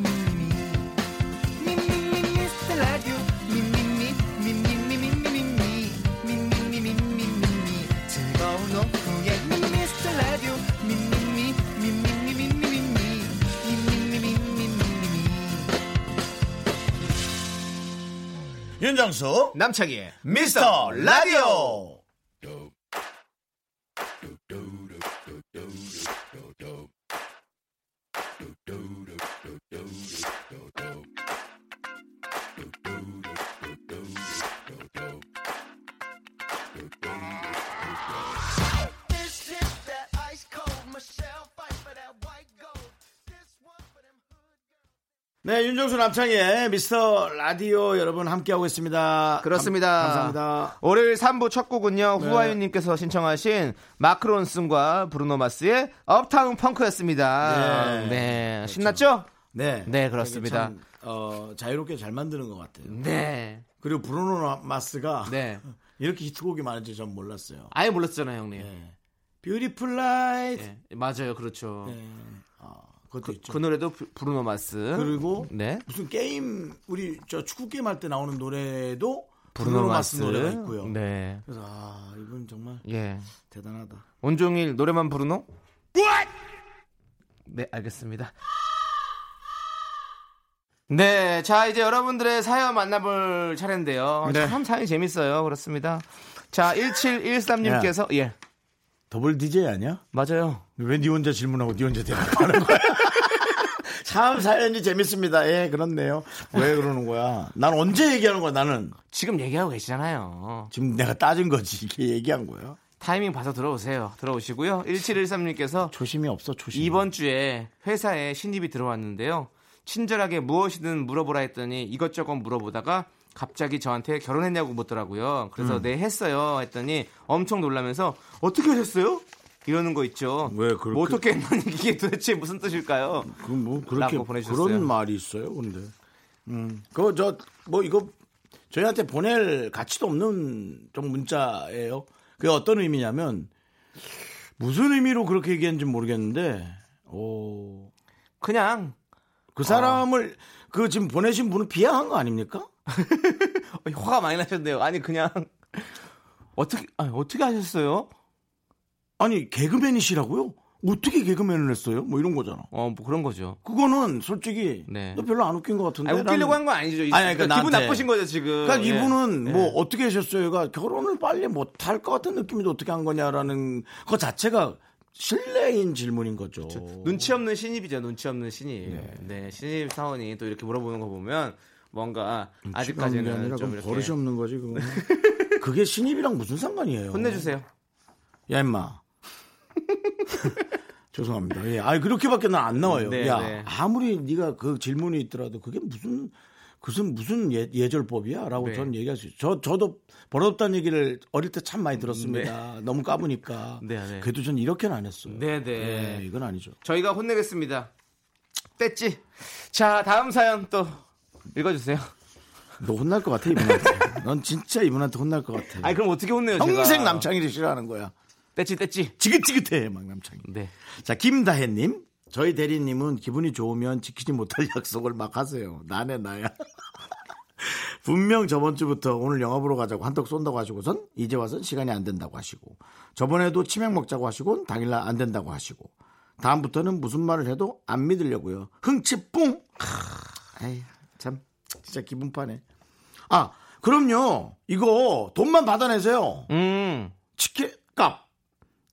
[SPEAKER 1] 윤정수
[SPEAKER 2] 남창희의
[SPEAKER 1] 미스터 라디오 네, 윤정수 남창의 미스터 라디오 여러분 함께하고 있습니다.
[SPEAKER 2] 그렇습니다.
[SPEAKER 1] 감, 감사합니다.
[SPEAKER 2] 월요일 3부 첫 곡은요
[SPEAKER 1] 네.
[SPEAKER 2] 후아윤님께서 신청하신 마크론슨과 브루노마스의 업타운 펑크였습니다
[SPEAKER 1] 네.
[SPEAKER 2] 네, 신났죠?
[SPEAKER 1] 네.
[SPEAKER 2] 네, 그렇습니다.
[SPEAKER 1] 되게 참, 어, 자유롭게 잘 만드는 것 같아요.
[SPEAKER 2] 네
[SPEAKER 1] 그리고 브루노 마스가
[SPEAKER 2] 네.
[SPEAKER 1] 이렇게 히트곡이 많은지 전 몰랐어요.
[SPEAKER 2] 아예 몰랐잖아요 형님
[SPEAKER 1] 네. 뷰티풀 라이트.
[SPEAKER 2] 네, 맞아요 그렇죠
[SPEAKER 1] 네. 예. 아, 그것도 있죠.
[SPEAKER 2] 그 노래도 브- 브루노 마스
[SPEAKER 1] 그리고
[SPEAKER 2] 네
[SPEAKER 1] 무슨 게임 우리 저 축구 게임 할 때 나오는 노래도
[SPEAKER 2] 브루노,
[SPEAKER 1] 브루노
[SPEAKER 2] 마스
[SPEAKER 1] 마스 노래가 있고요.
[SPEAKER 2] 네
[SPEAKER 1] 그래서 아, 이분 정말
[SPEAKER 2] 예.
[SPEAKER 1] 대단하다.
[SPEAKER 2] 온종일 노래만 부르노? 네, 알겠습니다. 네, 자 이제 여러분들의 사연 만나볼 차례인데요.
[SPEAKER 1] 네.
[SPEAKER 2] 참 사연이 재밌어요. 그렇습니다. 자, 1713님께서 예,
[SPEAKER 1] 더블 DJ 아니야?
[SPEAKER 2] 맞아요.
[SPEAKER 1] 왜 니 혼자 질문하고 니 혼자 대답하는 거야? 참 사연이 재밌습니다. 예, 그렇네요. 왜 그러는 거야? 난 언제 얘기하는 거야? 나는
[SPEAKER 2] 지금 얘기하고 계시잖아요.
[SPEAKER 1] 지금 내가 따진 거지. 이게 얘기한 거야.
[SPEAKER 2] 타이밍 봐서 들어오세요. 들어오시고요. 1713님께서
[SPEAKER 1] 조심이 없어. 조심.
[SPEAKER 2] 이번 주에 회사에 신입이 들어왔는데요. 친절하게 무엇이든 물어보라 했더니 이것저것 물어보다가 갑자기 저한테 결혼했냐고 묻더라고요. 그래서
[SPEAKER 1] 음.
[SPEAKER 2] 네 했어요 했더니 엄청 놀라면서 어떻게 하셨어요? 이러는 거 있죠.
[SPEAKER 1] 왜 그렇게-
[SPEAKER 2] 뭐 어떻게 했는 이게 도대체 무슨 뜻일까요?
[SPEAKER 1] 그뭐 그렇게
[SPEAKER 2] 라고 보내주셨어요.
[SPEAKER 1] 그런 말이 있어요. 근데 음. 그거 저 뭐 이거 저희한테 보낼 가치도 없는 좀 문자예요. 그게 어떤 의미냐면 무슨 의미로 그렇게 얘기했는지 모르겠는데 오.
[SPEAKER 2] 그냥
[SPEAKER 1] 그 사람을
[SPEAKER 2] 아.
[SPEAKER 1] 그 지금 보내신 분은 비하한 거 아닙니까?
[SPEAKER 2] 화가 많이 나셨네요. 아니 그냥 어떻게 아니, 어떻게 하셨어요?
[SPEAKER 1] 아니 개그맨이시라고요? 어떻게 개그맨을 했어요? 뭐 이런 거잖아.
[SPEAKER 2] 어뭐 그런 거죠.
[SPEAKER 1] 그거는 솔직히
[SPEAKER 2] 네.
[SPEAKER 1] 너 별로 안 웃긴 것 같은데.
[SPEAKER 2] 아니, 웃기려고
[SPEAKER 1] 라는-
[SPEAKER 2] 한 건 아니죠.
[SPEAKER 1] 아니, 아니, 그러니까
[SPEAKER 2] 기분
[SPEAKER 1] 나한테-
[SPEAKER 2] 나쁘신 거죠 지금.
[SPEAKER 1] 그러니까
[SPEAKER 2] 예.
[SPEAKER 1] 이분은 뭐 어떻게 하셨어요? 가 결혼을 빨리 못 할 것 같은 느낌인데 어떻게 한 거냐라는 것 자체가 신뢰인 질문인 거죠.
[SPEAKER 2] 눈치 없는 신입이죠. 눈치 없는 신입. 네, 신입 사원이 또 이렇게 물어보는 거 보면 뭔가
[SPEAKER 1] 그런 게
[SPEAKER 2] 아직까지는
[SPEAKER 1] 아니라 그건
[SPEAKER 2] 좀 이렇게
[SPEAKER 1] 버릇이 없는 거지 그거. 그게 신입이랑 무슨 상관이에요?
[SPEAKER 2] 혼내주세요.
[SPEAKER 1] 야 임마. 죄송합니다. 예, 아 그렇게밖에 난 안 나와요.
[SPEAKER 2] 네,
[SPEAKER 1] 야
[SPEAKER 2] 네.
[SPEAKER 1] 아무리 네가 그 질문이 있더라도 그게 무슨 그슨 무슨 예, 예절법이야라고
[SPEAKER 2] 네.
[SPEAKER 1] 저는 얘기할 수 있어요. 저 저도 버릇없다는 얘기를 어릴 때 참 많이 들었습니다. 너무 까부니까.
[SPEAKER 2] 네, 네.
[SPEAKER 1] 그래도 전 이렇게는 안 했어요.
[SPEAKER 2] 네, 네.
[SPEAKER 1] 예, 이건 아니죠.
[SPEAKER 2] 저희가 혼내겠습니다. 뗐지. 자, 다음 사연 또 읽어주세요.
[SPEAKER 1] 예. 너 혼날 것 같아 이분한테. 넌 진짜 이분한테 혼날 것 같아.
[SPEAKER 2] 아니 그럼 어떻게 혼내요? 제가?
[SPEAKER 1] 평생 남창이를 싫어하는 거야.
[SPEAKER 2] 뗐지, 뗐지.
[SPEAKER 1] 지긋지긋해 막 남창이.
[SPEAKER 2] 네.
[SPEAKER 1] 자, 김다혜님. 저희 대리님은 기분이 좋으면 지키지 못할 약속을 막 하세요. 나네, 나야. 분명 저번 주부터 오늘 영화 보러 가자고 한턱 쏜다고 하시고선 이제 와선 시간이 안 된다고 하시고 저번에도 치맥 먹자고 하시곤 당일날 안 된다고 하시고 다음부터는 무슨 말을 해도 안 믿으려고요. 흥치 뿡! 크, 에이, 참, 진짜 기분 파네. 아, 그럼요. 이거 돈만 받아내세요.
[SPEAKER 2] 음.
[SPEAKER 1] 치킨값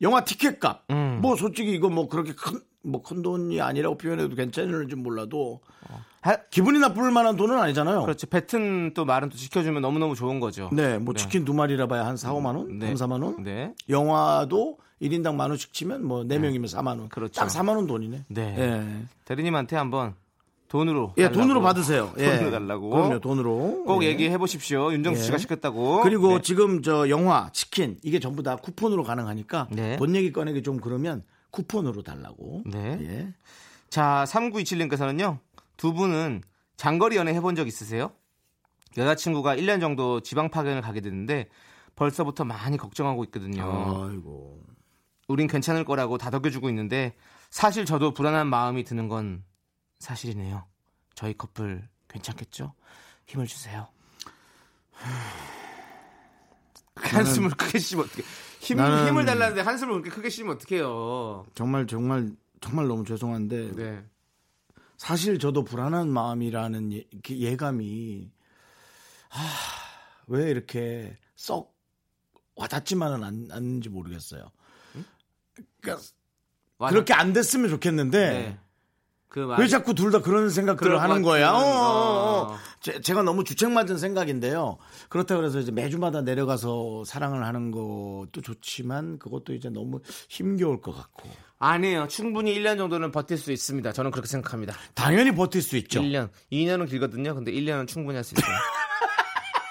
[SPEAKER 1] 영화 티켓값.
[SPEAKER 2] 음.
[SPEAKER 1] 뭐 솔직히 이거 뭐 그렇게 큰, 뭐 큰 돈이 아니라고 표현해도 괜찮을지 몰라도
[SPEAKER 2] 어. 하- 그렇죠.
[SPEAKER 1] 기분이 나쁠 만한 돈은 아니잖아요.
[SPEAKER 2] 그렇지. 뱉은 또 말은 또 지켜주면 너무너무 좋은 거죠.
[SPEAKER 1] 네, 뭐 치킨 두 마리라 봐야 한 4, 5만 원?
[SPEAKER 2] 네.
[SPEAKER 1] 3, 4만 원?
[SPEAKER 2] 네.
[SPEAKER 1] 영화도 1인당 만 원씩 치면 뭐 4명이면 4만 원.
[SPEAKER 2] 그렇죠.
[SPEAKER 1] 딱 4만 원 돈이네.
[SPEAKER 2] 네.
[SPEAKER 1] 예.
[SPEAKER 2] 대리님한테 한번 돈으로.
[SPEAKER 1] 예,
[SPEAKER 2] 달라고.
[SPEAKER 1] 돈으로 받으세요. 예.
[SPEAKER 2] 돈으로 달라고.
[SPEAKER 1] 그럼요, 돈으로.
[SPEAKER 2] 꼭
[SPEAKER 1] 예.
[SPEAKER 2] 얘기해 보십시오. 윤정수
[SPEAKER 1] 예.
[SPEAKER 2] 씨가 시켰다고.
[SPEAKER 1] 그리고
[SPEAKER 2] 네.
[SPEAKER 1] 지금 저 영화, 치킨 이게 전부 다 쿠폰으로 가능하니까
[SPEAKER 2] 네.
[SPEAKER 1] 돈 얘기 꺼내기 좀 그러면 쿠폰으로 달라고.
[SPEAKER 2] 네.
[SPEAKER 1] 예.
[SPEAKER 2] 자, 3927님께서는요. 두 분은 장거리 연애 해본 적 있으세요? 여자친구가 1년 정도 지방 파견을 가게 됐는데 벌써부터 많이 걱정하고 있거든요.
[SPEAKER 1] 아이고.
[SPEAKER 2] 우린 괜찮을 거라고 다독여주고 있는데 사실 저도 불안한 마음이 드는 건 사실이네요. 저희 커플 괜찮겠죠? 힘을 주세요. 한숨을 크게 쉬면 어떡해. 힘,
[SPEAKER 1] 나는-
[SPEAKER 2] 힘을 달라는데 한숨을 그렇게 크게 쉬면 어떡해요.
[SPEAKER 1] 정말 정말 정말 너무 죄송한데
[SPEAKER 2] 네.
[SPEAKER 1] 사실 저도 불안한 마음이라는 예, 그 예감이 아, 왜 이렇게 썩 와닿지만은 않, 않는지 모르겠어요. 그러니까
[SPEAKER 2] 와,
[SPEAKER 1] 그렇게 안 됐으면 좋겠는데
[SPEAKER 2] 네. 그 말.
[SPEAKER 1] 왜 자꾸 둘 다 그런 생각들을
[SPEAKER 2] 그럴
[SPEAKER 1] 하는
[SPEAKER 2] 것
[SPEAKER 1] 거야? 어,
[SPEAKER 2] 같은,
[SPEAKER 1] 어, 어.
[SPEAKER 2] 어.
[SPEAKER 1] 제, 가 너무 주책맞은 생각인데요. 그렇다고 해서 이제 매주마다 내려가서 사랑을 하는 것도 좋지만 그것도 이제 너무 힘겨울 것 같고.
[SPEAKER 2] 아니에요. 충분히 1년 정도는 버틸 수 있습니다. 저는 그렇게 생각합니다.
[SPEAKER 1] 당연히 버틸 수 있죠.
[SPEAKER 2] 1년. 2년은 길거든요. 근데 1년은 충분히 할 수 있어요.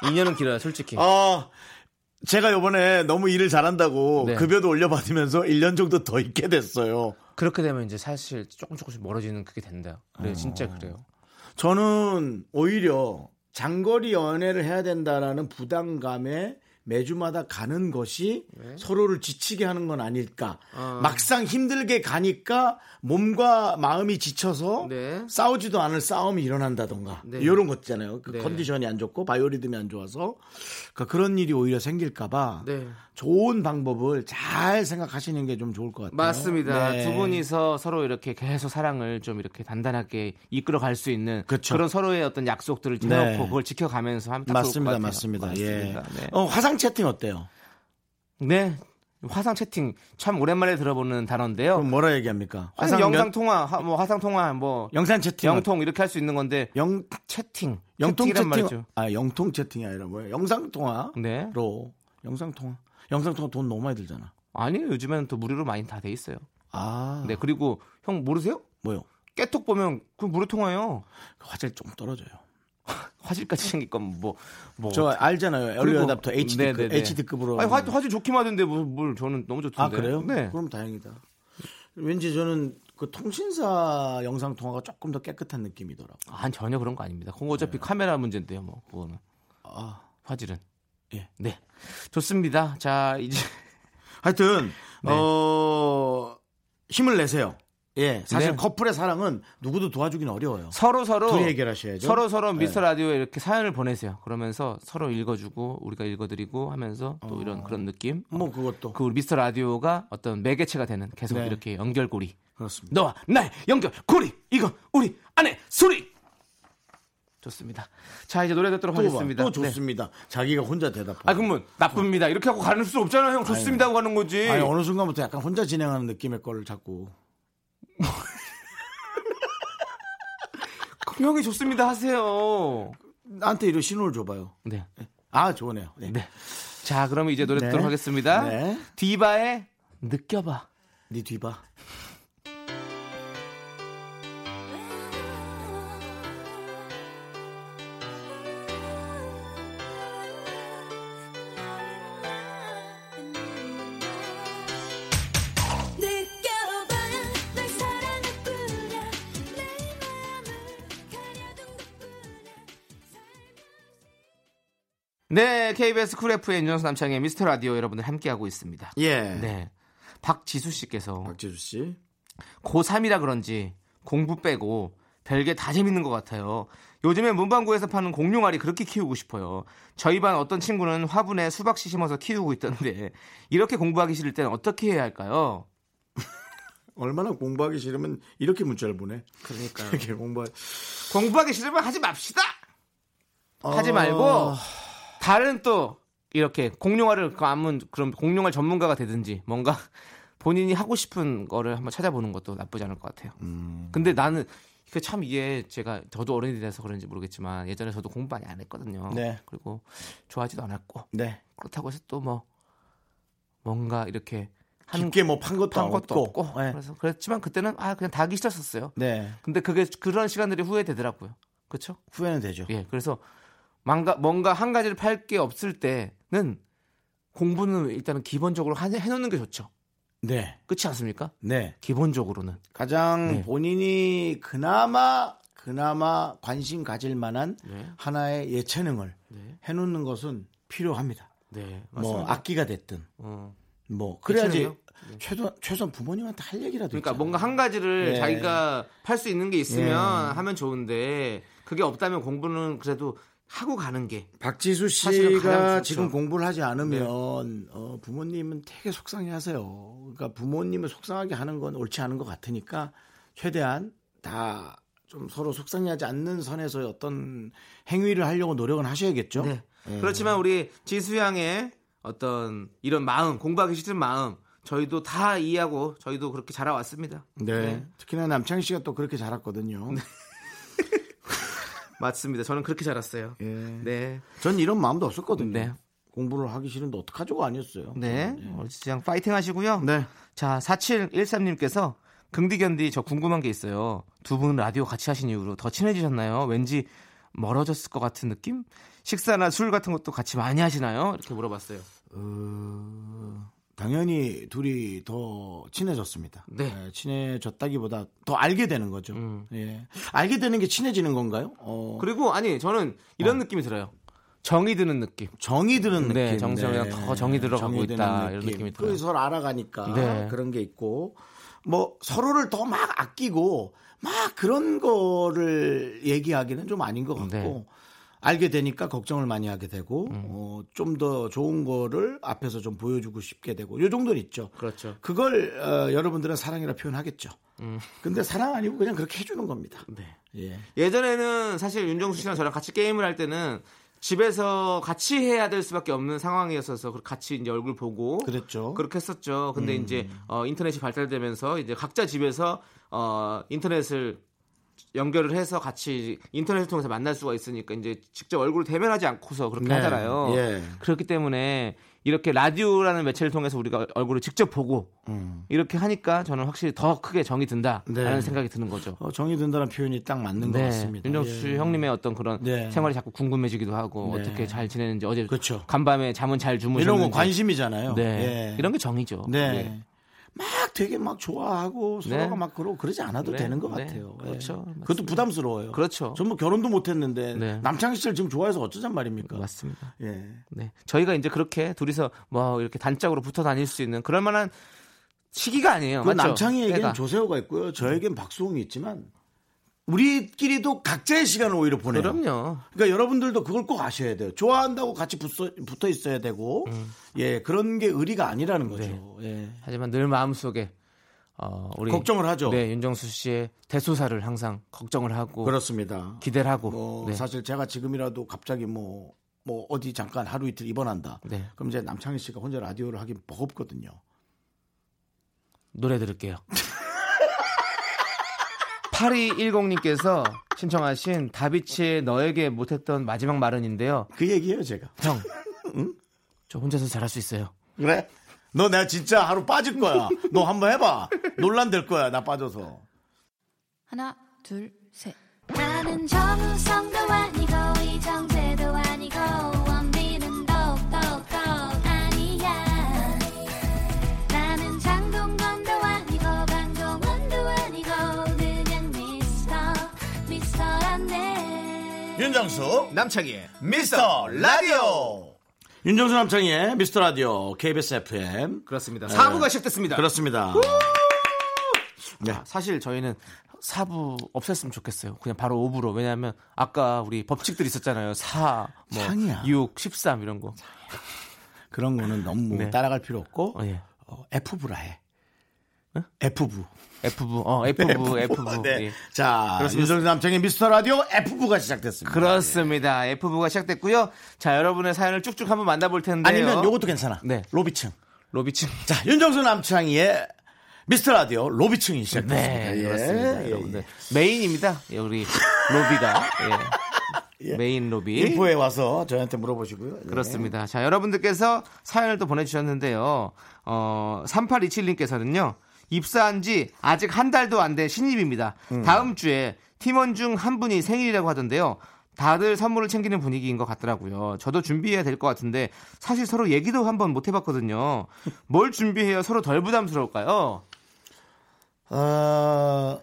[SPEAKER 2] 2년은 길어요, 솔직히.
[SPEAKER 1] 어, 제가 요번에 너무 일을 잘한다고
[SPEAKER 2] 네.
[SPEAKER 1] 급여도 올려받으면서 1년 정도 더 있게 됐어요.
[SPEAKER 2] 그렇게 되면 이제 사실 조금 조금씩 멀어지는 그게 된다.
[SPEAKER 1] 아.
[SPEAKER 2] 그래, 진짜 그래요.
[SPEAKER 1] 저는 오히려 장거리 연애를 해야 된다라는 부담감에 매주마다 가는 것이
[SPEAKER 2] 네.
[SPEAKER 1] 서로를 지치게 하는 건 아닐까. 막상 힘들게 가니까 몸과 마음이 지쳐서
[SPEAKER 2] 네.
[SPEAKER 1] 싸우지도 않을 싸움이 일어난다던가.
[SPEAKER 2] 네.
[SPEAKER 1] 이런 것 있잖아요. 그
[SPEAKER 2] 네.
[SPEAKER 1] 컨디션이 안 좋고 바이오리듬이 안 좋아서 그러니까 그런 일이 오히려 생길까봐
[SPEAKER 2] 네.
[SPEAKER 1] 좋은 방법을 잘 생각하시는 게 좀 좋을 것 같아요.
[SPEAKER 2] 맞습니다.
[SPEAKER 1] 네.
[SPEAKER 2] 두 분이서 서로 이렇게 계속 사랑을 좀 이렇게 단단하게 이끌어 갈 수 있는 그
[SPEAKER 1] 그쵸.
[SPEAKER 2] 런 서로의 어떤 약속들을
[SPEAKER 1] 그렇죠. 네.
[SPEAKER 2] 지켜놓고 그걸 지켜가면서 하면 딱
[SPEAKER 1] 맞습니다,
[SPEAKER 2] 좋을 것 같아요.
[SPEAKER 1] 맞습니다. 예.
[SPEAKER 2] 맞습니다. 네.
[SPEAKER 1] 어, 화상 채팅 어때요?
[SPEAKER 2] 네. 화상 채팅 참 오랜만에 들어보는 단어인데요.
[SPEAKER 1] 그럼 뭐라 얘기합니까? 화상
[SPEAKER 2] 영상
[SPEAKER 1] 연-
[SPEAKER 2] 통화, 하- 뭐 화상 통화, 뭐
[SPEAKER 1] 영상 채팅
[SPEAKER 2] 영통 이렇게 할 수 있는 건데
[SPEAKER 1] 영
[SPEAKER 2] 채팅,
[SPEAKER 1] 영통
[SPEAKER 2] 채팅이란
[SPEAKER 1] 채팅
[SPEAKER 2] 말이죠.
[SPEAKER 1] 아 영통 채팅이 아니라 뭐야 영상 통화로
[SPEAKER 2] 네.
[SPEAKER 1] 영상 통화 영상 통화 돈 너무 많이 들잖아
[SPEAKER 2] 아니요 요즘에는 또 무료로 많이 다 돼 있어요.
[SPEAKER 1] 아
[SPEAKER 2] 네 그리고 형 모르세요?
[SPEAKER 1] 뭐요
[SPEAKER 2] 깨톡 보면 그 무료 통화요.
[SPEAKER 1] 화질 좀 떨어져요
[SPEAKER 2] 화질까지 생길 건뭐뭐
[SPEAKER 1] 어. 저 알잖아요
[SPEAKER 2] 어, 그리고-
[SPEAKER 1] 에어리어답터 HD급
[SPEAKER 2] 네네네.
[SPEAKER 1] HD급으로
[SPEAKER 2] 아니, 화, 화질 좋기만 하던데 뭘, 뭘 저는 너무 좋던데.
[SPEAKER 1] 아 그래요
[SPEAKER 2] 네.
[SPEAKER 1] 그럼 다행이다 왠지 저는 그 통신사 영상 통화가 조금 더 깨끗한 느낌이더라고
[SPEAKER 2] 아 전혀 그런 거 아닙니다. 그건 어차피
[SPEAKER 1] 네.
[SPEAKER 2] 카메라 문제인데요, 뭐 그거는. 아. 화질은.
[SPEAKER 1] 예.
[SPEAKER 2] 네. 좋습니다. 자 이제
[SPEAKER 1] 하여튼
[SPEAKER 2] 네.
[SPEAKER 1] 어 힘을 내세요 예 사실
[SPEAKER 2] 네.
[SPEAKER 1] 커플의 사랑은 누구도 도와주긴 어려워요
[SPEAKER 2] 서로 서로
[SPEAKER 1] 둘이 해결하셔야죠 네.
[SPEAKER 2] 서로 서로 미스터 라디오에 이렇게 사연을 보내세요. 그러면서 서로 읽어주고 우리가 읽어드리고 하면서 또 이런 그런 느낌.
[SPEAKER 1] 뭐 그것도
[SPEAKER 2] 그 우리 미스터 라디오가 어떤 매개체가 되는 계속
[SPEAKER 1] 네.
[SPEAKER 2] 이렇게 연결고리.
[SPEAKER 1] 그렇습니다.
[SPEAKER 2] 너와 나의 연결고리. 이건 우리 안의 소리. 좋습니다. 자 이제 노래 듣도록
[SPEAKER 1] 또, 봐,
[SPEAKER 2] 하겠습니다.
[SPEAKER 1] 또
[SPEAKER 2] 네.
[SPEAKER 1] 좋습니다. 자기가 혼자 대답하고.
[SPEAKER 2] 아 그러면 나쁩니다. 이렇게 하고 가는 수 없잖아요, 형. 좋습니다 하고 가는 거지.
[SPEAKER 1] 아니, 어느 순간부터 약간 혼자 진행하는 느낌의 거를 자꾸.
[SPEAKER 2] 그럼 형이 좋습니다 하세요.
[SPEAKER 1] 나한테 이런 신호를 줘봐요.
[SPEAKER 2] 네.
[SPEAKER 1] 아, 좋네요. 네. 네.
[SPEAKER 2] 자, 그러면 이제 노래 듣도록
[SPEAKER 1] 네.
[SPEAKER 2] 하겠습니다.
[SPEAKER 1] 네.
[SPEAKER 2] 디바의 느껴봐.
[SPEAKER 1] 뒤봐.
[SPEAKER 5] 느껴봐 널 사랑할 뿐이야 내 마음을 가려둔 그 것뿐이야
[SPEAKER 2] 네, KBS 쿨 FM 윤정수 남창의 미스터 라디오 여러분들 함께하고 있습니다.
[SPEAKER 1] 예. 어.
[SPEAKER 2] 네. 박지수 씨께서
[SPEAKER 1] 박재주 씨.
[SPEAKER 2] 고3이라 그런지 공부 빼고 별게 다 재밌는 것 같아요. 요즘에 문방구에서 파는 공룡알이 그렇게 키우고 싶어요. 저희 반 어떤 친구는 화분에 수박씨 심어서 키우고 있던데 이렇게 공부하기 싫을 땐 어떻게 해야 할까요?
[SPEAKER 1] 얼마나 공부하기 싫으면 이렇게 문자를 보내.
[SPEAKER 2] 그러니까
[SPEAKER 1] 이렇게 공부
[SPEAKER 2] 공부하기 싫으면 하지 맙시다. 하지
[SPEAKER 1] 어.
[SPEAKER 2] 말고 다른 또 이렇게 공룡알을 그 아무 그럼 공룡알 전문가가 되든지 뭔가 본인이 하고 싶은 거를 한번 찾아보는 것도 나쁘지 않을 것 같아요.
[SPEAKER 1] 음.
[SPEAKER 2] 근데 나는 그 참 이게 제가 저도 어른이 돼서 그런지 모르겠지만 예전에 저도 공부 많이 안 했거든요.
[SPEAKER 1] 네.
[SPEAKER 2] 그리고 좋아하지도 않았고
[SPEAKER 1] 네.
[SPEAKER 2] 그렇다고 해서 또 뭐 뭔가 이렇게 하는
[SPEAKER 1] 깊게 뭐 판 것도,
[SPEAKER 2] 판 것도 없고,
[SPEAKER 1] 네.
[SPEAKER 2] 그래서 그렇지만 그때는 아 그냥 다 하기 싫었었어요.
[SPEAKER 1] 네.
[SPEAKER 2] 근데 그게 그런 시간들이 후회되더라고요. 그렇죠?
[SPEAKER 1] 후회는 되죠.
[SPEAKER 2] 예, 그래서 뭔가 뭔가 한 가지를 팔 게 없을 때는 공부는 일단은 기본적으로 하- 해놓는 게 좋죠.
[SPEAKER 1] 네.
[SPEAKER 2] 그렇지 않습니까?
[SPEAKER 1] 네.
[SPEAKER 2] 기본적으로는
[SPEAKER 1] 가장
[SPEAKER 2] 네.
[SPEAKER 1] 본인이 그나마 그나마 관심 가질 만한 하나의 예체능을
[SPEAKER 2] 네.
[SPEAKER 1] 해놓는 것은 필요합니다.
[SPEAKER 2] 네,
[SPEAKER 1] 뭐 악기가 됐든
[SPEAKER 2] 어.
[SPEAKER 1] 뭐 그래야지
[SPEAKER 2] 예체능이요? 네.
[SPEAKER 1] 최소 최소한 부모님한테 할 얘기라도
[SPEAKER 2] 그러니까
[SPEAKER 1] 있잖아요.
[SPEAKER 2] 뭔가 한 가지를
[SPEAKER 1] 예.
[SPEAKER 2] 자기가 팔 수 있는 게 있으면
[SPEAKER 1] 예.
[SPEAKER 2] 하면 좋은데 그게 없다면 공부는 그래도 하고 가는 게
[SPEAKER 1] 박지수
[SPEAKER 2] 사실은 가장
[SPEAKER 1] 씨가
[SPEAKER 2] 좋죠. 네.
[SPEAKER 1] 지금 공부를 하지 않으면 어, 부모님은 되게 속상해하세요. 그러니까 부모님을 속상하게 하는 건 옳지 않은 것 같으니까 최대한 다 좀 서로 속상해하지 않는 선에서 어떤 행위를 하려고 노력은 하셔야겠죠.
[SPEAKER 2] 네. 그렇지만 우리 지수 양의 어떤 이런 마음, 공부하기 싫은 마음, 저희도 다 이해하고 저희도 그렇게 자라왔습니다.
[SPEAKER 1] 네. 특히나 남창희 씨가 또 그렇게 자랐거든요.
[SPEAKER 2] 네. 맞습니다. 저는 그렇게 자랐어요.
[SPEAKER 1] 예.
[SPEAKER 2] 네.
[SPEAKER 1] 전 이런 마음도 없었거든요.
[SPEAKER 2] 네.
[SPEAKER 1] 공부를 하기 싫은데 어떡하죠가 아니었어요.
[SPEAKER 2] 네. 우리 지수 양 파이팅 하시고요.
[SPEAKER 1] 네.
[SPEAKER 2] 자, 4713님께서 긍디견디 저 궁금한 게 있어요. 두 분 라디오 같이 하신 이후로 더 친해지셨나요? 왠지 멀어졌을 것 같은 느낌? 식사나 술 같은 것도 같이 많이 하시나요? 이렇게 물어봤어요.
[SPEAKER 1] 어, 당연히 둘이 더 친해졌습니다.
[SPEAKER 2] 네.
[SPEAKER 1] 예, 친해졌다기보다 더 알게 되는 거죠.
[SPEAKER 2] 음.
[SPEAKER 1] 예. 알게 되는 게 친해지는 건가요? 어,
[SPEAKER 2] 그리고 아니 저는 이런 느낌이 들어요. 정이 드는 느낌.
[SPEAKER 1] 정이 드는
[SPEAKER 2] 네,
[SPEAKER 1] 느낌.
[SPEAKER 2] 정성이랑 더 정이 들어가고
[SPEAKER 1] 정이 드는
[SPEAKER 2] 있다, 이런 느낌이 들어요.
[SPEAKER 1] 그 서로 알아가니까
[SPEAKER 2] 네.
[SPEAKER 1] 그런 게 있고 뭐 서로를 더 막 아끼고 막 그런 거를 얘기하기는 좀 아닌 것 같고
[SPEAKER 2] 네. 음.
[SPEAKER 1] 알게 되니까 걱정을 많이 하게 되고 어, 좀 더 좋은 거를 앞에서 좀 보여주고 싶게 되고 요 정도는 있죠.
[SPEAKER 2] 그렇죠. 음.
[SPEAKER 1] 그걸 어, 여러분들은 사랑이라 표현하겠죠. 근데 사랑 아니고 그냥 그렇게 해주는 겁니다.
[SPEAKER 2] 네.
[SPEAKER 1] 예.
[SPEAKER 2] 예전에는 사실 윤정수 씨랑 저랑 같이 게임을 할 때는 집에서 같이 해야 될 수밖에 없는 상황이었어서 그렇게 같이 이제 얼굴 보고
[SPEAKER 1] 그랬죠.
[SPEAKER 2] 그렇게 했었죠. 근데
[SPEAKER 1] 음.
[SPEAKER 2] 이제 어, 인터넷이 발달되면서 이제 각자 집에서 어, 인터넷을 연결을 해서 같이 인터넷을 통해서 만날 수가 있으니까 이제 직접 얼굴을 대면하지 않고서 그렇게
[SPEAKER 1] 네.
[SPEAKER 2] 하잖아요.
[SPEAKER 1] 예.
[SPEAKER 2] 그렇기 때문에 이렇게 라디오라는 매체를 통해서 우리가 얼굴을 직접 보고 이렇게 하니까 저는 확실히 더 크게 정이 든다라는
[SPEAKER 1] 음. 네.
[SPEAKER 2] 생각이 드는 거죠. 네.
[SPEAKER 1] 어, 정이 든다는 표현이 딱 맞는 것 같습니다.
[SPEAKER 2] 윤정수 씨
[SPEAKER 1] 예.
[SPEAKER 2] 형님의 어떤 그런
[SPEAKER 1] 네.
[SPEAKER 2] 생활이 자꾸 궁금해지기도 하고
[SPEAKER 1] 네.
[SPEAKER 2] 어떻게 잘 지내는지 어제
[SPEAKER 1] 그렇죠.
[SPEAKER 2] 간밤에 잠은 잘 주무셨는지
[SPEAKER 1] 이런 건 관심이잖아요.
[SPEAKER 2] 뭐 네.
[SPEAKER 1] 예.
[SPEAKER 2] 이런 게 정이죠.
[SPEAKER 1] 네.
[SPEAKER 2] 네.
[SPEAKER 1] 막 되게 막 좋아하고
[SPEAKER 2] 네.
[SPEAKER 1] 서로가 막 그러고 그러지 않아도
[SPEAKER 2] 네.
[SPEAKER 1] 되는 것
[SPEAKER 2] 네.
[SPEAKER 1] 같아요.
[SPEAKER 2] 그렇죠. 맞습니다.
[SPEAKER 1] 것도 부담스러워요.
[SPEAKER 2] 그렇죠.
[SPEAKER 1] 전부 뭐 결혼도 못 했는데
[SPEAKER 2] 네.
[SPEAKER 1] 남창희 씨를 지금 좋아해서 어쩌잔 말입니까?
[SPEAKER 2] 맞습니다.
[SPEAKER 1] 예.
[SPEAKER 2] 네. 저희가 이제 그렇게 둘이서 뭐 이렇게 단짝으로 붙어 다닐 수 있는 그럴 만한 시기가 아니에요.
[SPEAKER 1] 그
[SPEAKER 2] 맞죠?
[SPEAKER 1] 남창희에게는
[SPEAKER 2] 때가. 네.
[SPEAKER 1] 조세호가 있고요. 저에겐 박수홍이 있지만 우리끼리도 각자의 시간을 오히려 보내요.
[SPEAKER 2] 그럼요.
[SPEAKER 1] 그러니까 여러분들도 그걸 꼭 아셔야 돼요. 좋아한다고 같이 붙어, 붙어 있어야 되고
[SPEAKER 2] 음.
[SPEAKER 1] 예 그런 게 의리가 아니라는 거죠. 예.
[SPEAKER 2] 하지만 늘 마음속에 어, 네. 우리
[SPEAKER 1] 걱정을 하죠.
[SPEAKER 2] 네, 윤정수 씨의 대소사를 항상 걱정을 하고
[SPEAKER 1] 그렇습니다.
[SPEAKER 2] 기대를 하고
[SPEAKER 1] 뭐
[SPEAKER 2] 네.
[SPEAKER 1] 사실 제가 지금이라도 갑자기 뭐, 뭐 어디 잠깐 하루 이틀 입원한다.
[SPEAKER 2] 네.
[SPEAKER 1] 그럼 이제 남창희 씨가 혼자 라디오를 하긴 버겁거든요.
[SPEAKER 2] 노래 들을게요. 8210님께서 신청하신 다비치의 너에게 못했던 마지막 말은인데요.
[SPEAKER 1] 그 얘기예요, 제가.
[SPEAKER 2] 형, 저 혼자서 잘할 수 있어요.
[SPEAKER 1] 그래? 너 내가 진짜 하루 빠질 거야. 너 한번 해봐. 논란 될 거야. 나 빠져서.
[SPEAKER 7] 하나, 둘, 셋.
[SPEAKER 5] 나는 정우성도 아니고 이정재도 아니고 원빈은 더욱더 아니야 나는 장동건도 아니고 강동원도 아니고 그냥 미스터 미스터란데
[SPEAKER 1] 윤정수 남창희의 미스터 라디오. 윤정수 남창희의 미스터 라디오 KBS FM.
[SPEAKER 2] 그렇습니다.
[SPEAKER 1] 네.
[SPEAKER 2] 사부가 시작됐습니다.
[SPEAKER 1] 그렇습니다. 네.
[SPEAKER 2] 사실 저희는 사부 없앴으면 좋겠어요. 그냥 바로 5부로. 왜냐하면 아까 우리 법칙들 있었잖아요. 4, 뭐
[SPEAKER 1] 창이야.
[SPEAKER 2] 6, 13 이런 거.
[SPEAKER 1] 그런 거는 너무
[SPEAKER 2] 네.
[SPEAKER 1] 따라갈 필요 없고
[SPEAKER 2] 어, 예.
[SPEAKER 1] 어, F부라 해. F부.
[SPEAKER 2] F부, 어, F부, F부.
[SPEAKER 1] 네.
[SPEAKER 2] 예.
[SPEAKER 1] 자,
[SPEAKER 2] 그렇습니다.
[SPEAKER 1] 윤정수 남창의 미스터 라디오 F부가 시작됐습니다.
[SPEAKER 2] 그렇습니다. F부가 시작됐고요. 자, 여러분의 사연을 쭉쭉 한번 만나볼 텐데요.
[SPEAKER 1] 아니면 요것도 괜찮아.
[SPEAKER 2] 네.
[SPEAKER 1] 로비층.
[SPEAKER 2] 로비층.
[SPEAKER 1] 자, 윤정수 남창희의 미스터 라디오 로비층이 시작됐습니다.
[SPEAKER 2] 네,
[SPEAKER 1] 예,
[SPEAKER 2] 그렇습니다,
[SPEAKER 1] 예,
[SPEAKER 2] 여러분들. 메인입니다. 예, 우리 로비가 예. 메인 로비.
[SPEAKER 1] 예. 인포에 와서 저희한테 물어보시고요.
[SPEAKER 2] 네.
[SPEAKER 1] 예.
[SPEAKER 2] 그렇습니다. 자, 여러분들께서 사연을 또 보내주셨는데요. 어, 3827님께서는요. 입사한 지 아직 한 달도 안 된 신입입니다. 다음 주에 팀원 중 한 분이 생일이라고 하던데요. 다들 선물을 챙기는 분위기인 것 같더라고요. 저도 준비해야 될 것 같은데 사실 서로 얘기도 한번 못 해봤거든요. 뭘 준비해야 서로 덜 부담스러울까요?
[SPEAKER 1] 어,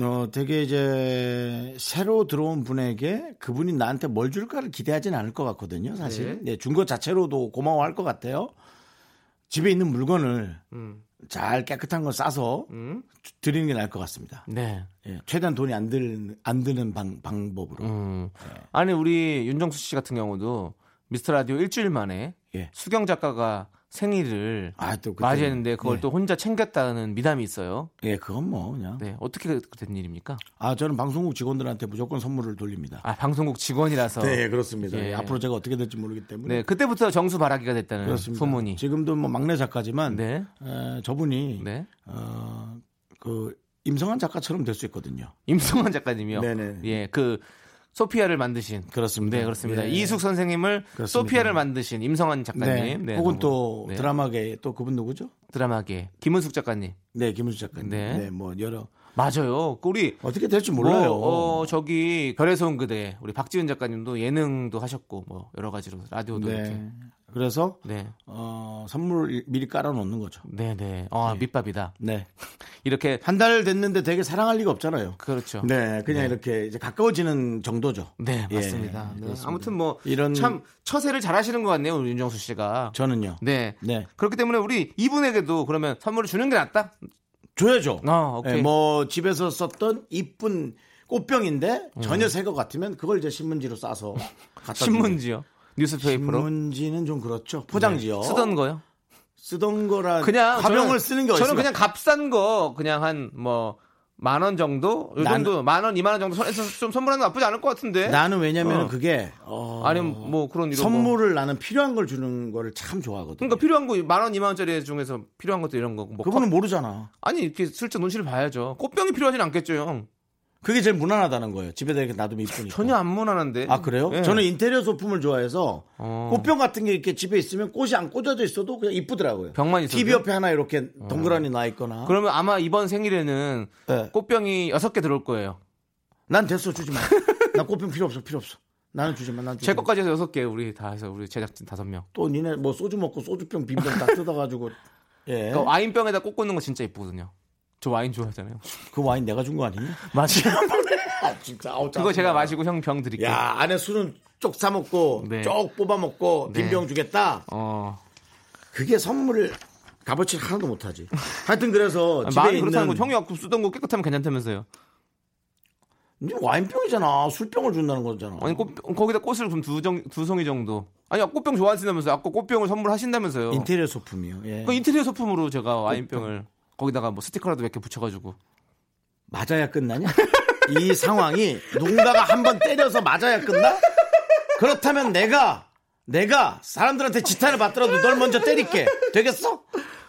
[SPEAKER 1] 어, 되게 이제 새로 들어온 분에게 그분이 나한테 뭘 줄까를 기대하진 않을 것 같거든요, 사실.
[SPEAKER 2] 네.
[SPEAKER 1] 예, 준 것 자체로도 고마워할 것 같아요. 집에 있는 물건을
[SPEAKER 2] 음.
[SPEAKER 1] 잘 깨끗한 걸 싸서 주- 드리는 게 나을 것 같습니다.
[SPEAKER 2] 네.
[SPEAKER 1] 예, 최대한 돈이 안 드는, 안 드는 방, 방법으로.
[SPEAKER 2] 음. 아니 우리 윤정수 씨 같은 경우도 미스터 라디오 일주일 만에
[SPEAKER 1] 예.
[SPEAKER 2] 수경 작가가 생일을
[SPEAKER 1] 아, 또 그때-
[SPEAKER 2] 맞이했는데 그걸
[SPEAKER 1] 예.
[SPEAKER 2] 또 혼자 챙겼다는 미담이 있어요.
[SPEAKER 1] 예, 그건 뭐, 그냥.
[SPEAKER 2] 네 어떻게 된 일입니까?
[SPEAKER 1] 아, 저는 방송국 직원들한테 무조건 선물을 돌립니다.
[SPEAKER 2] 아 방송국 직원이라서
[SPEAKER 1] 네, 그렇습니다.
[SPEAKER 2] 예.
[SPEAKER 1] 예, 앞으로 제가 어떻게 될지 모르기 때문에.
[SPEAKER 2] 네, 그때부터 정수 바라기가 됐다는
[SPEAKER 1] 그렇습니다.
[SPEAKER 2] 소문이.
[SPEAKER 1] 지금도 음. 뭐 막내 작가지만
[SPEAKER 2] 네.
[SPEAKER 1] 에, 저분이
[SPEAKER 2] 네.
[SPEAKER 1] 어, 그 임성한 작가처럼 될 수 있거든요.
[SPEAKER 2] 임승환 작가님이요.
[SPEAKER 1] 네네.
[SPEAKER 2] 예, 그 소피아를 만드신
[SPEAKER 1] 그렇습니다.
[SPEAKER 2] 네, 그렇습니다.
[SPEAKER 1] 예.
[SPEAKER 2] 이숙 선생님을
[SPEAKER 1] 그렇습니다.
[SPEAKER 2] 소피아를 만드신 임성환
[SPEAKER 1] 네.
[SPEAKER 2] 작가님.
[SPEAKER 1] 혹은
[SPEAKER 2] 너무-
[SPEAKER 1] 또
[SPEAKER 2] 네,
[SPEAKER 1] 드라마계 또 그분 누구죠?
[SPEAKER 2] 드라마계 김은숙 작가님.
[SPEAKER 1] 네, 김은수 작가님.
[SPEAKER 2] 네.
[SPEAKER 1] 네. 뭐 여러
[SPEAKER 2] 맞아요. 그 우리
[SPEAKER 1] 어떻게 될지
[SPEAKER 2] 뭐,
[SPEAKER 1] 몰라요.
[SPEAKER 2] 어, 저기 별에서 온 그대 우리 박지은 작가님도 예능도 하셨고 뭐 여러 가지로 라디오도 이렇게.
[SPEAKER 1] 네. 그래서
[SPEAKER 2] 네.
[SPEAKER 1] 어, 선물 미리 깔아 놓는 거죠.
[SPEAKER 2] 네, 네. 어, 밑밥이다.
[SPEAKER 1] 네.
[SPEAKER 2] 이렇게
[SPEAKER 1] 한 달 됐는데 되게 사랑할 리가 없잖아요.
[SPEAKER 2] 그렇죠. 네.
[SPEAKER 1] 네, 그냥 이렇게 이제 가까워지는 정도죠. 예,
[SPEAKER 2] 맞습니다. 네.
[SPEAKER 1] 그렇습니다.
[SPEAKER 2] 아무튼 뭐
[SPEAKER 1] 이런-
[SPEAKER 2] 참 처세를 잘 하시는 것 같네요, 우리 윤정수 씨가.
[SPEAKER 1] 저는요.
[SPEAKER 2] 네.
[SPEAKER 1] 네.
[SPEAKER 2] 그렇기 때문에 우리 이분에게도 그러면 선물을 주는 게 낫다.
[SPEAKER 1] 줘야죠.
[SPEAKER 2] 아, 오케이.
[SPEAKER 1] 예, 뭐 집에서 썼던 이쁜 꽃병인데 전혀 새 것 같으면 그걸 이제 신문지로 싸서 갖다
[SPEAKER 2] 음. 신문지요.
[SPEAKER 1] 주는 거예요.
[SPEAKER 2] 뉴스페이퍼로. 네.
[SPEAKER 1] 신문지는 좀 그렇죠. 포장지요.
[SPEAKER 2] 쓰던 거요.
[SPEAKER 1] 쓰던 거라
[SPEAKER 2] 그냥 저는-
[SPEAKER 1] 화병을 쓰는 게
[SPEAKER 2] 저는
[SPEAKER 1] 어딨어요?
[SPEAKER 2] 그냥 값싼 거 그냥 한 뭐 만 원 정도 요
[SPEAKER 1] 나는-
[SPEAKER 2] 정도 만 원, 이만 원 정도 선에서 좀 선물하는 거 나쁘지 않을 것 같은데.
[SPEAKER 1] 나는 왜냐면
[SPEAKER 2] 어.
[SPEAKER 1] 그게 어,
[SPEAKER 2] 아니 뭐 그런 이런 거.
[SPEAKER 1] 선물을 나는 필요한 걸 주는 거를 참 좋아하거든요.
[SPEAKER 2] 그러니까 필요한 거 만 원, 이만 원짜리 중에서 필요한 것도 이런 거고. 뭐
[SPEAKER 1] 그분은
[SPEAKER 2] 컵-
[SPEAKER 1] 모르잖아.
[SPEAKER 2] 아니 이렇게 슬쩍 눈치를 봐야죠. 꽃병이 필요하진 않겠죠, 형.
[SPEAKER 1] 그게 제일 무난하다는 거예요. 집에다 이렇게 놔두면 이쁘니까.
[SPEAKER 2] 전혀 안 무난한데.
[SPEAKER 1] 아 그래요?
[SPEAKER 2] 예.
[SPEAKER 1] 저는 인테리어 소품을 좋아해서
[SPEAKER 2] 어.
[SPEAKER 1] 꽃병 같은 게 이렇게 집에 있으면 꽃이 안 꽂아져 있어도 그냥 이쁘더라고요.
[SPEAKER 2] 병만 있어도요?
[SPEAKER 1] TV 옆에 하나 이렇게 덩그러니 나 있거나.
[SPEAKER 2] 어. 그러면 아마 이번 생일에는
[SPEAKER 1] 예.
[SPEAKER 2] 꽃병이 여섯 개 들어올 거예요.
[SPEAKER 1] 난 됐어 주지 마. 나 꽃병 필요 없어 필요 없어. 나는 주지 마. 난 주지
[SPEAKER 2] 제
[SPEAKER 1] 마.
[SPEAKER 2] 것까지 해서 여섯 개 우리 다 해서 우리 제작진 다섯 명.
[SPEAKER 1] 또 네. 니네 뭐 소주 먹고 소주병 빈병 다 뜯어가지고 예.
[SPEAKER 2] 그 와인병에다 꽃 꽂는 거 진짜 예쁘거든요. 저 와인 좋아하잖아요.
[SPEAKER 1] 그 와인 내가 준 거 아니냐?
[SPEAKER 2] 맞아요.
[SPEAKER 1] 아, 진짜 아우,
[SPEAKER 2] 그거 제가
[SPEAKER 1] 짜증나.
[SPEAKER 2] 마시고 형 병 드릴게요.
[SPEAKER 1] 야 안에 술은 쪽 사 먹고
[SPEAKER 2] 네.
[SPEAKER 1] 쪽 뽑아 먹고
[SPEAKER 2] 네.
[SPEAKER 1] 빈병 주겠다.
[SPEAKER 2] 어.
[SPEAKER 1] 그게 선물을 값어치를 하나도 못하지. 하여튼 그래서
[SPEAKER 2] 아니,
[SPEAKER 1] 집에
[SPEAKER 2] 마음이
[SPEAKER 1] 있는
[SPEAKER 2] 그렇다는 거 형이 아까 쓰던 거 깨끗하면 괜찮다면서요.
[SPEAKER 1] 이제 와인병이잖아. 술병을 준다는 거잖아.
[SPEAKER 2] 아니 꽃 거기다 꽃을 그럼 두, 정, 두 송이 정도. 아니 꽃병 좋아하신다면서 요 아까 꽃병을 선물하신다면서요.
[SPEAKER 1] 인테리어 소품이요. 예.
[SPEAKER 2] 그 인테리어 소품으로 제가 와인병을 거기다가 뭐 스티커라도 몇 개 붙여가지고.
[SPEAKER 1] 맞아야 끝나냐? 이 상황이 누군가가 한 번 때려서 맞아야 끝나? 그렇다면 내가 내가 사람들한테 지탄을 받더라도 널 먼저 때릴게. 되겠어?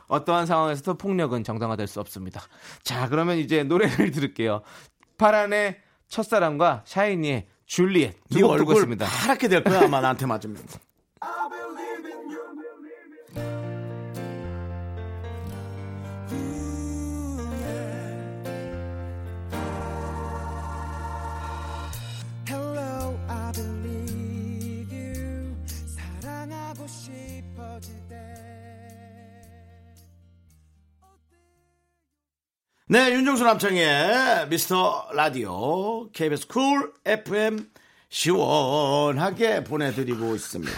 [SPEAKER 2] 어떠한 상황에서도 폭력은 정당화될 수 없습니다. 자 그러면 이제 노래를 들을게요. 파란의 첫사랑과 샤이니의 줄리엣
[SPEAKER 1] 네
[SPEAKER 2] 두곡 듣고
[SPEAKER 1] 얼굴
[SPEAKER 2] 있습니다.
[SPEAKER 1] 파랗게 될 거야 아마 나한테 맞으면.
[SPEAKER 3] Hello, I believe you. 사랑하고 싶어질 때.
[SPEAKER 1] 네, 윤정수 남창의 미스터 라디오 KBS 쿨 FM 시원하게 보내드리고 있습니다.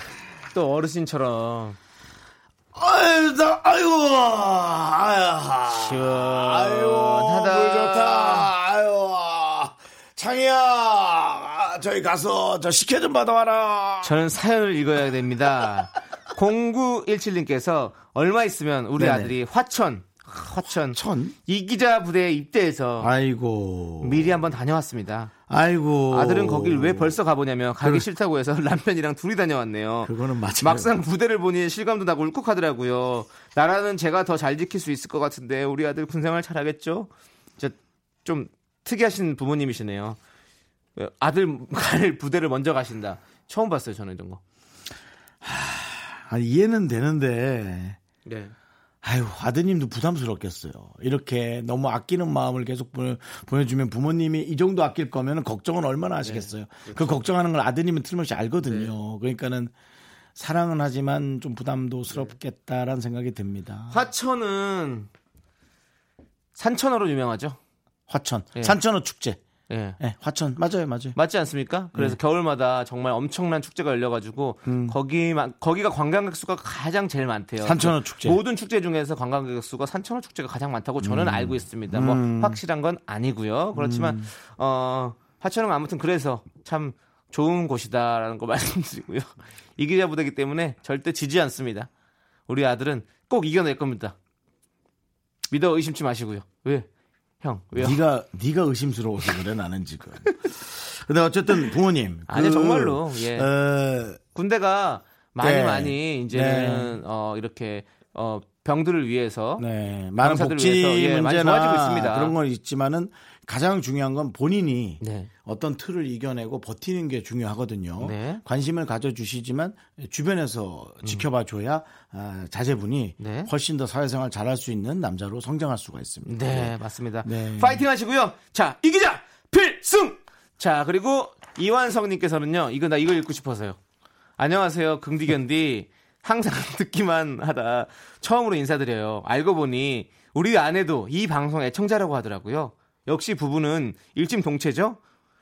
[SPEAKER 2] 또 어르신처럼
[SPEAKER 1] 아유, 나, 아유, 아유, 아유,
[SPEAKER 2] 시원하다.
[SPEAKER 1] 물 좋다. 아유, 창희야, 저희 가서 저 식혜 좀 받아와라.
[SPEAKER 2] 저는 사연을 읽어야 됩니다. 0917님께서 얼마 있으면 우리
[SPEAKER 1] 네네.
[SPEAKER 2] 아들이 화천 허천.
[SPEAKER 1] 천?
[SPEAKER 2] 이기자 부대에 입대해서
[SPEAKER 1] 아이고.
[SPEAKER 2] 미리 한번 다녀왔습니다.
[SPEAKER 1] 아이고.
[SPEAKER 2] 아들은 거길 왜 벌써 가보냐며 가기
[SPEAKER 1] 그래.
[SPEAKER 2] 싫다고 해서 남편이랑 둘이 다녀왔네요.
[SPEAKER 1] 그거는 맞아요.
[SPEAKER 2] 막상 부대를 보니 실감도 나고 울컥하더라고요. 나라는 제가 더 잘 지킬 수 있을 것 같은데 우리 아들 군생활 잘하겠죠? 진짜 좀 특이하신 부모님이시네요. 아들 갈 부대를 먼저 가신다. 처음 봤어요 저는 이런 거.
[SPEAKER 1] 아, 이해는 되는데.
[SPEAKER 2] 네.
[SPEAKER 1] 아유, 아드님도 부담스럽겠어요. 이렇게 너무 아끼는 마음을 계속 보여, 주면 부모님이 이 정도 아낄 거면 걱정은
[SPEAKER 2] 네,
[SPEAKER 1] 얼마나 하시겠어요. 그
[SPEAKER 2] 그렇죠.
[SPEAKER 1] 걱정하는 걸 아드님은 틀림없이 알거든요. 그러니까는 사랑은 하지만 좀 부담도스럽겠다라는 생각이 듭니다.
[SPEAKER 2] 화천은 산천어로 유명하죠.
[SPEAKER 1] 화천.
[SPEAKER 2] 예.
[SPEAKER 1] 산천어 축제.
[SPEAKER 2] 예.
[SPEAKER 1] 예, 화천. 맞아요, 맞아요.
[SPEAKER 2] 맞지 않습니까?
[SPEAKER 1] 네.
[SPEAKER 2] 그래서 겨울마다 정말 엄청난 축제가 열려가지고 거기만 거기가 관광객 수가 가장 제일 많대요.
[SPEAKER 1] 음. 산천어
[SPEAKER 2] 그
[SPEAKER 1] 축제.
[SPEAKER 2] 모든 축제 중에서 관광객 수가 산천어 축제가 가장 많다고
[SPEAKER 1] 음.
[SPEAKER 2] 저는 알고 있습니다. 뭐 확실한 건 아니고요. 그렇지만 어 화천은 아무튼 그래서 참 좋은 곳이다라는 거 말씀드리고요. 이기자 부대기 때문에 절대 지지 않습니다. 우리 아들은 꼭 이겨낼 겁니다. 믿어 의심치 마시고요. 왜? 형, 왜요?
[SPEAKER 1] 네가 네가 의심스러워서 그래 나는 지금. 근데 어쨌든 부모님. 그
[SPEAKER 2] 아니, 정말로, 예.
[SPEAKER 1] 어,
[SPEAKER 2] 군대가 많이
[SPEAKER 1] 네.
[SPEAKER 2] 많이 이제는 어, 이렇게 어, 병들을 위해서
[SPEAKER 1] 네, 많은
[SPEAKER 2] 병사들
[SPEAKER 1] 복지
[SPEAKER 2] 위해서, 예, 많이 좋아지고
[SPEAKER 1] 문제나
[SPEAKER 2] 있습니다.
[SPEAKER 1] 그런 건 있지만은 가장 중요한 건 본인이
[SPEAKER 2] 네.
[SPEAKER 1] 어떤 틀을 이겨내고 버티는 게 중요하거든요.
[SPEAKER 2] 네. 음.
[SPEAKER 1] 관심을 가져주시지만 주변에서 지켜봐줘야 아, 자제분이
[SPEAKER 2] 네.
[SPEAKER 1] 훨씬 더 사회생활 잘할 수 있는 남자로 성장할 수가 있습니다.
[SPEAKER 2] 네, 맞습니다.
[SPEAKER 1] 네.
[SPEAKER 2] 파이팅 하시고요. 자, 이기자! 필승! 자, 그리고 이완성님께서는요, 이거 나 이거 읽고 싶어서요. 안녕하세요, 긍디견디. 항상 듣기만 하다 처음으로 인사드려요. 알고 보니 우리 아내도 이 방송 애청자라고 하더라고요. 역시 부부는 일심동체죠?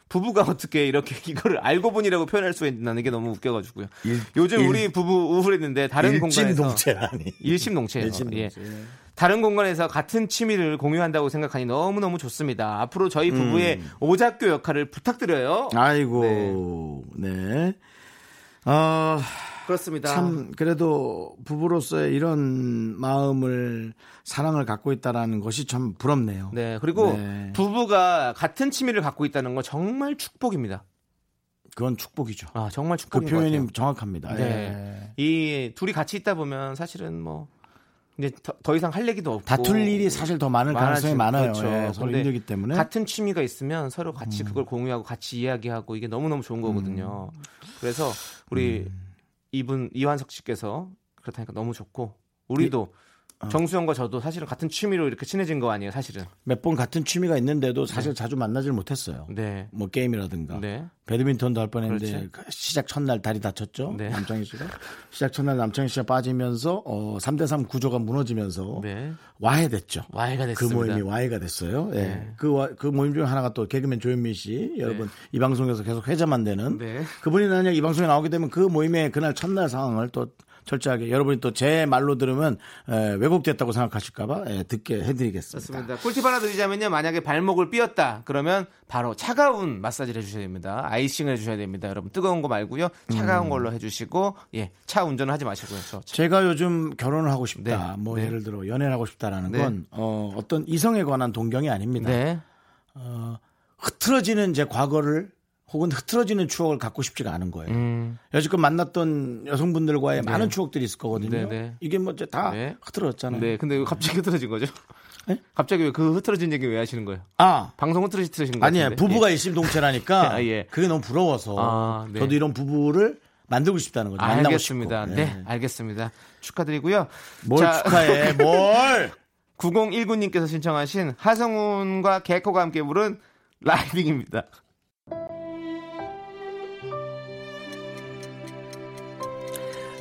[SPEAKER 2] 부부가 어떻게 이렇게 이거를 알고 보니라고 표현할 수 있다는 게 너무 웃겨가지고요.
[SPEAKER 1] 일-
[SPEAKER 2] 요즘
[SPEAKER 1] 일-
[SPEAKER 2] 우리 부부 우울했는데 다른 공간에서
[SPEAKER 1] 일진동체라니.
[SPEAKER 2] 일심동체예요.
[SPEAKER 1] 일심동체.
[SPEAKER 2] 예. 다른 공간에서 같은 취미를 공유한다고 생각하니 너무너무 좋습니다. 앞으로
[SPEAKER 1] 음.
[SPEAKER 2] 저희 부부의 오작교 역할을 부탁드려요.
[SPEAKER 1] 아, 아이고, 네. 아,
[SPEAKER 2] 그렇습니다.
[SPEAKER 1] 참 그래도 부부로서의 이런 마음을 사랑을 갖고 있다라는 것이 참 부럽네요.
[SPEAKER 2] 네, 그리고
[SPEAKER 1] 네.
[SPEAKER 2] 부부가 같은 취미를 갖고 있다는 건 정말 축복입니다.
[SPEAKER 1] 그건 축복이죠.
[SPEAKER 2] 아, 정말
[SPEAKER 1] 그
[SPEAKER 2] 축복인 것
[SPEAKER 1] 표현이
[SPEAKER 2] 같아요.
[SPEAKER 1] 정확합니다.
[SPEAKER 2] 네.
[SPEAKER 1] 예.
[SPEAKER 2] 이 둘이 같이 있다 보면 사실은 뭐 이제 더, 더 이상 할 얘기도 없고
[SPEAKER 1] 다툴 일이 사실 더 많을 가능성이 많아요.
[SPEAKER 2] 뭐 그렇죠.
[SPEAKER 1] 예, 서로
[SPEAKER 2] 근데
[SPEAKER 1] 힘들기 때문에. 음.
[SPEAKER 2] 같은 취미가 있으면 서로 같이 그걸 공유하고 같이 이야기하고 이게 너무너무 좋은 거거든요. 그래서 우리
[SPEAKER 1] 음.
[SPEAKER 2] 이분 이완석 씨께서 그렇다니까 너무 좋고 우리도
[SPEAKER 1] 예. 어.
[SPEAKER 2] 정수영과 저도 사실은 같은 취미로 이렇게 친해진 거 아니에요, 사실은.
[SPEAKER 1] 몇 번 같은 취미가 있는데도 사실 자주 만나질 못했어요.
[SPEAKER 2] 네.
[SPEAKER 1] 뭐 게임이라든가
[SPEAKER 2] 네.
[SPEAKER 1] 배드민턴도 할 뻔했는데
[SPEAKER 2] 그렇지.
[SPEAKER 1] 그 시작 첫날 다리 다쳤죠.
[SPEAKER 2] 네.
[SPEAKER 1] 남창희 씨가 시작 첫날 남창희 씨가 빠지면서 어, 3대3 구조가 무너지면서
[SPEAKER 2] 네.
[SPEAKER 1] 와해됐죠.
[SPEAKER 2] 와해가
[SPEAKER 1] 어? 그
[SPEAKER 2] 됐습니다.
[SPEAKER 1] 모임이 와해가 됐어요. 예.
[SPEAKER 2] 네.
[SPEAKER 1] 그, 와- 그 모임 중에 하나가 또 개그맨 조현민 씨. 여러분, 이 방송에서 계속 회자만 되는.
[SPEAKER 2] 네.
[SPEAKER 1] 그분이 만약 이 방송에 나오게 되면 그 모임의 그날 첫날 상황을 또 철저하게 여러분이 또 제 말로 들으면 에, 왜곡됐다고 생각하실까봐 예, 듣게 해드리겠습니다.
[SPEAKER 2] 그렇습니다. 꿀팁 하나 드리자면요. 만약에 발목을 삐었다. 그러면 바로 차가운 마사지를 해주셔야 됩니다. 아이싱을 해주셔야 됩니다. 여러분 뜨거운 거 말고요. 차가운
[SPEAKER 1] 음.
[SPEAKER 2] 걸로 해주시고 예, 차 운전을 하지 마시고요. 저 차-
[SPEAKER 1] 제가 요즘 결혼을 하고 싶다.
[SPEAKER 2] 네.
[SPEAKER 1] 뭐
[SPEAKER 2] 네.
[SPEAKER 1] 예를 들어 연애를 하고 싶다라는
[SPEAKER 2] 네.
[SPEAKER 1] 건 어, 어떤 이성에 관한 동경이 아닙니다.
[SPEAKER 2] 네.
[SPEAKER 1] 흐트러지는 제 과거를 혹은 흐트러지는 추억을 갖고 싶지가 않은 거예요.
[SPEAKER 2] 음.
[SPEAKER 1] 여지껏 만났던 여성분들과의
[SPEAKER 2] 네.
[SPEAKER 1] 많은 추억들이 있을 거거든요.
[SPEAKER 2] 네, 네.
[SPEAKER 1] 이게 뭐 다
[SPEAKER 2] 네.
[SPEAKER 1] 흐트러졌잖아요.
[SPEAKER 2] 네, 근데 왜 갑자기 흐트러진 거죠?
[SPEAKER 1] 예?
[SPEAKER 2] 갑자기 왜 그 흐트러진 얘기 왜 하시는 거예요?
[SPEAKER 1] 아
[SPEAKER 2] 방송 흐트러진 거
[SPEAKER 1] 아니에요.
[SPEAKER 2] 같은데.
[SPEAKER 1] 부부가
[SPEAKER 2] 예.
[SPEAKER 1] 일심동체라니까
[SPEAKER 2] 아, 예.
[SPEAKER 1] 그게 너무 부러워서
[SPEAKER 2] 아, 네.
[SPEAKER 1] 저도 이런 부부를 만들고 싶다는 거죠. 만나고
[SPEAKER 2] 예. 알겠습니다.
[SPEAKER 1] 싶고.
[SPEAKER 2] 네. 알겠습니다. 축하드리고요.
[SPEAKER 1] 뭘
[SPEAKER 2] 자,
[SPEAKER 1] 축하해? 뭘?
[SPEAKER 2] 9019님께서 신청하신 하성운과 개코가 함께 부른 라이딩입니다.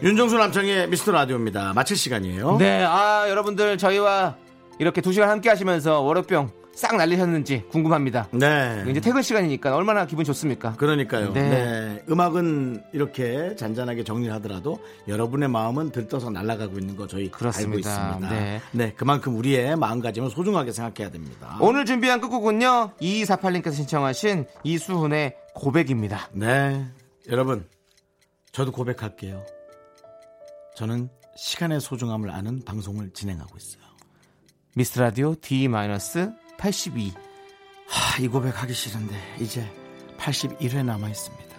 [SPEAKER 1] 윤정수 남창의 미스터 라디오입니다. 마칠 시간이에요.
[SPEAKER 2] 네, 아 여러분들 저희와 이렇게 두 시간 함께 하시면서 월요병 싹 날리셨는지 궁금합니다.
[SPEAKER 1] 네.
[SPEAKER 2] 이제 퇴근 시간이니까 얼마나 기분 좋습니까?
[SPEAKER 1] 그러니까요.
[SPEAKER 2] 네.
[SPEAKER 1] 네. 음악은 이렇게 잔잔하게 정리하더라도 여러분의 마음은 들떠서 날아가고 있는 거 저희
[SPEAKER 2] 그렇습니다.
[SPEAKER 1] 알고 있습니다.
[SPEAKER 2] 네.
[SPEAKER 1] 네. 그만큼 우리의 마음가짐을 소중하게 생각해야 됩니다.
[SPEAKER 2] 오늘 준비한 끝곡은요 2248님께서 신청하신 이수훈의 고백입니다.
[SPEAKER 1] 네. 여러분, 저도 고백할게요. 저는 시간의 소중함을 아는 방송을 진행하고 있어요.
[SPEAKER 2] 미스터 라디오 D-82.
[SPEAKER 1] 하, 이 고백하기 싫은데 이제 81회 남아 있습니다.